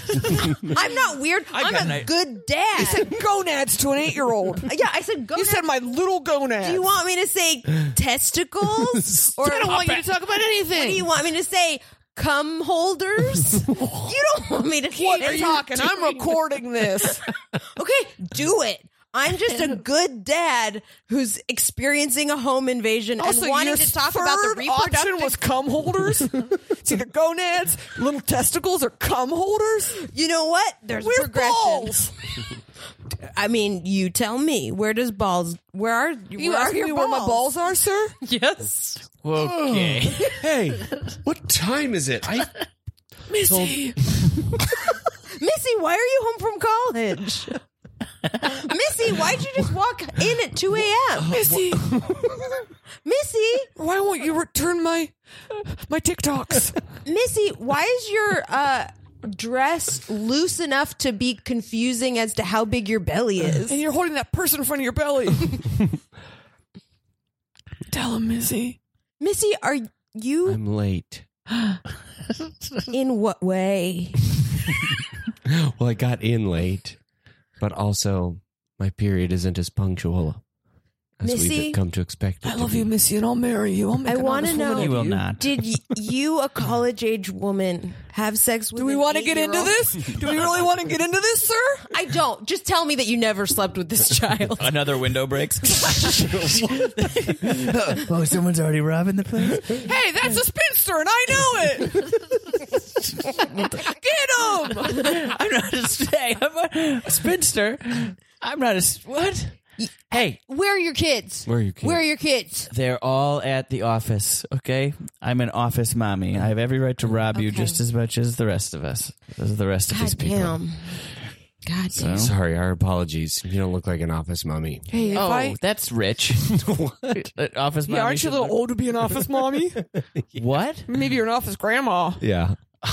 I'm not weird.
I
I'm
got
a
an i-
good dad.
I said gonads to an eight-year-old.
yeah, I said go.
You said my little gonads.
Do you want me to say testicles? or
I don't want you to talk about anything.
What do you want me to say? Cum holders? you don't want me to keep
What are you talking? I'm recording this.
Okay, do it. I'm just a good dad who's experiencing a home invasion
also,
and wanting
your
to talk about the
third option
reproductive.
was cum holders. it's either gonads, little testicles, or cum holders.
you know what? There's
We're
progression.
balls.
I mean, you tell me. Where does balls? Where are
You
where are
ask me
your
where my balls are, sir?
Yes.
Okay.
hey, what time is it? I
Missy.
Missy, why are you home from college? Missy, why'd you just walk in at 2 a.m.?
Missy.
Missy,
Why won't you return my my TikToks?
Missy, why is your uh, dress loose enough to be confusing as to how big your belly is?
and you're holding that person in front of your belly. Tell him, Missy.
Missy, are you
I'm late.
in what way?
Well, I got in late, but also my period isn't as punctual as
Missy?
we've come to expect. It
I
to
love
be.
you, Missy, and I'll marry you. I'll make
I
an
wanna
honest
know-
woman
you
of
will not.
Did y- you, a college age woman, have sex with
Do we
want
want to get into this? Do we really want to get into this, sir?
I don't. Just tell me that you never slept with this child.
Another window breaks.
Oh, someone's already robbing the place.
Hey, that's a spinster, and I know it. get him.
I'm not a stay. I'm a, a spinster. I'm not a s- what? Hey,
Where are your kids?
Where are your kids?
Where are your kids?
they're all at the office. Okay, I'm an office mommy. I have every right to rob you just as much as the rest of us, as the rest of these
God
people.
damn. God damn.
Sorry, our apologies. You don't look like an office mummy.
Hey, if
Oh,
I.
that's rich. what? Office mommy.
Yeah, aren't you a
should
little old to be an office mommy?
look- What?
Maybe you're an office grandma.
Yeah.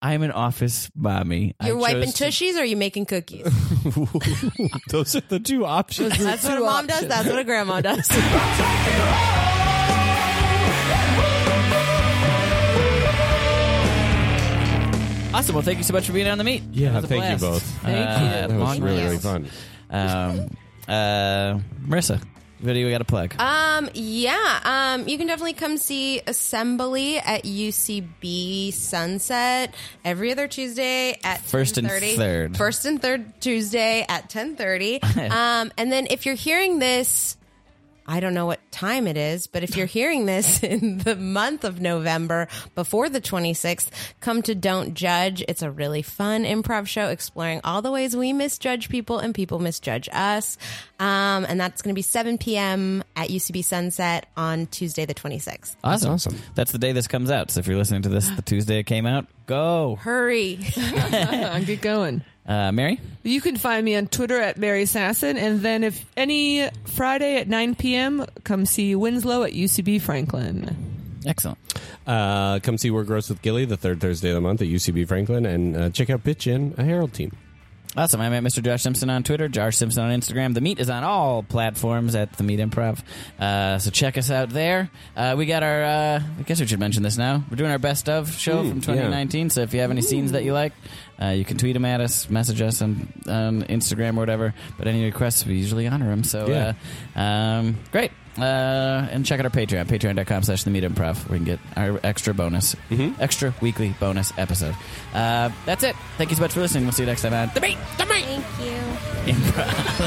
I'm an office mommy. I
You're wiping
chose to-
tushies or are you making cookies?
Those are the two options.
That's what a mom does. That's what a grandma does.
Well, thank you so much for being on the meet. It
Yeah,
was a
thank you
blast.
both.
Thank
Uh,
you.
That was
long
really,
round.
really fun.
Um, uh, Marissa, video we got to plug.
Um, yeah. Um, you can definitely come see Assembly at UCB Sunset every other Tuesday at
First and
10:30.
third.
First and third Tuesday at ten thirty. um, and then if you're hearing this. I don't know what time it is, but if you're hearing this in the month of November before the 26th, come to Don't Judge. It's a really fun improv show exploring all the ways we misjudge people and people misjudge us. Um, and that's going to be 7 p.m. at UCB Sunset on Tuesday, the 26th.
Awesome. That's awesome. That's the day this comes out. So if you're listening to this the Tuesday it came out, go.
Hurry.
Get going.
Uh, Mary?
You can find me on Twitter at Mary Sasson. And then if any Friday at 9 p.m., come see Winslow at UCB Franklin.
Excellent.
Uh, come see We're Gross with Gilly the third Thursday of the month at UCB Franklin and uh, check out Bitch in a Herald team.
Awesome. I'm at Mr. Josh Simpson on Twitter, Josh Simpson on Instagram. The Meet is on all platforms at The Meet Improv. Uh, so check us out there. Uh, we got our, uh, I guess we should mention this now. We're doing our best of show from 2019. So if you have any scenes that you like, uh, you can tweet them at us, message us on, on Instagram or whatever. But any requests, we usually honor them. So uh, um, great. Uh, and check out our Patreon, patreon.com slash the meet improv, where you can get our extra bonus, extra weekly bonus episode. Uh, that's it. Thank you so much for listening. We'll see you next time on The Meet.
Thank you.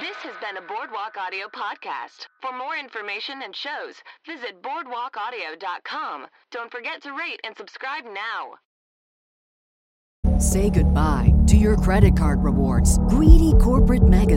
This has been a Boardwalk Audio podcast. For more information and shows, visit boardwalkaudio.com. Don't forget to rate and subscribe now.
Say goodbye to your credit card rewards. Greedy corporate mega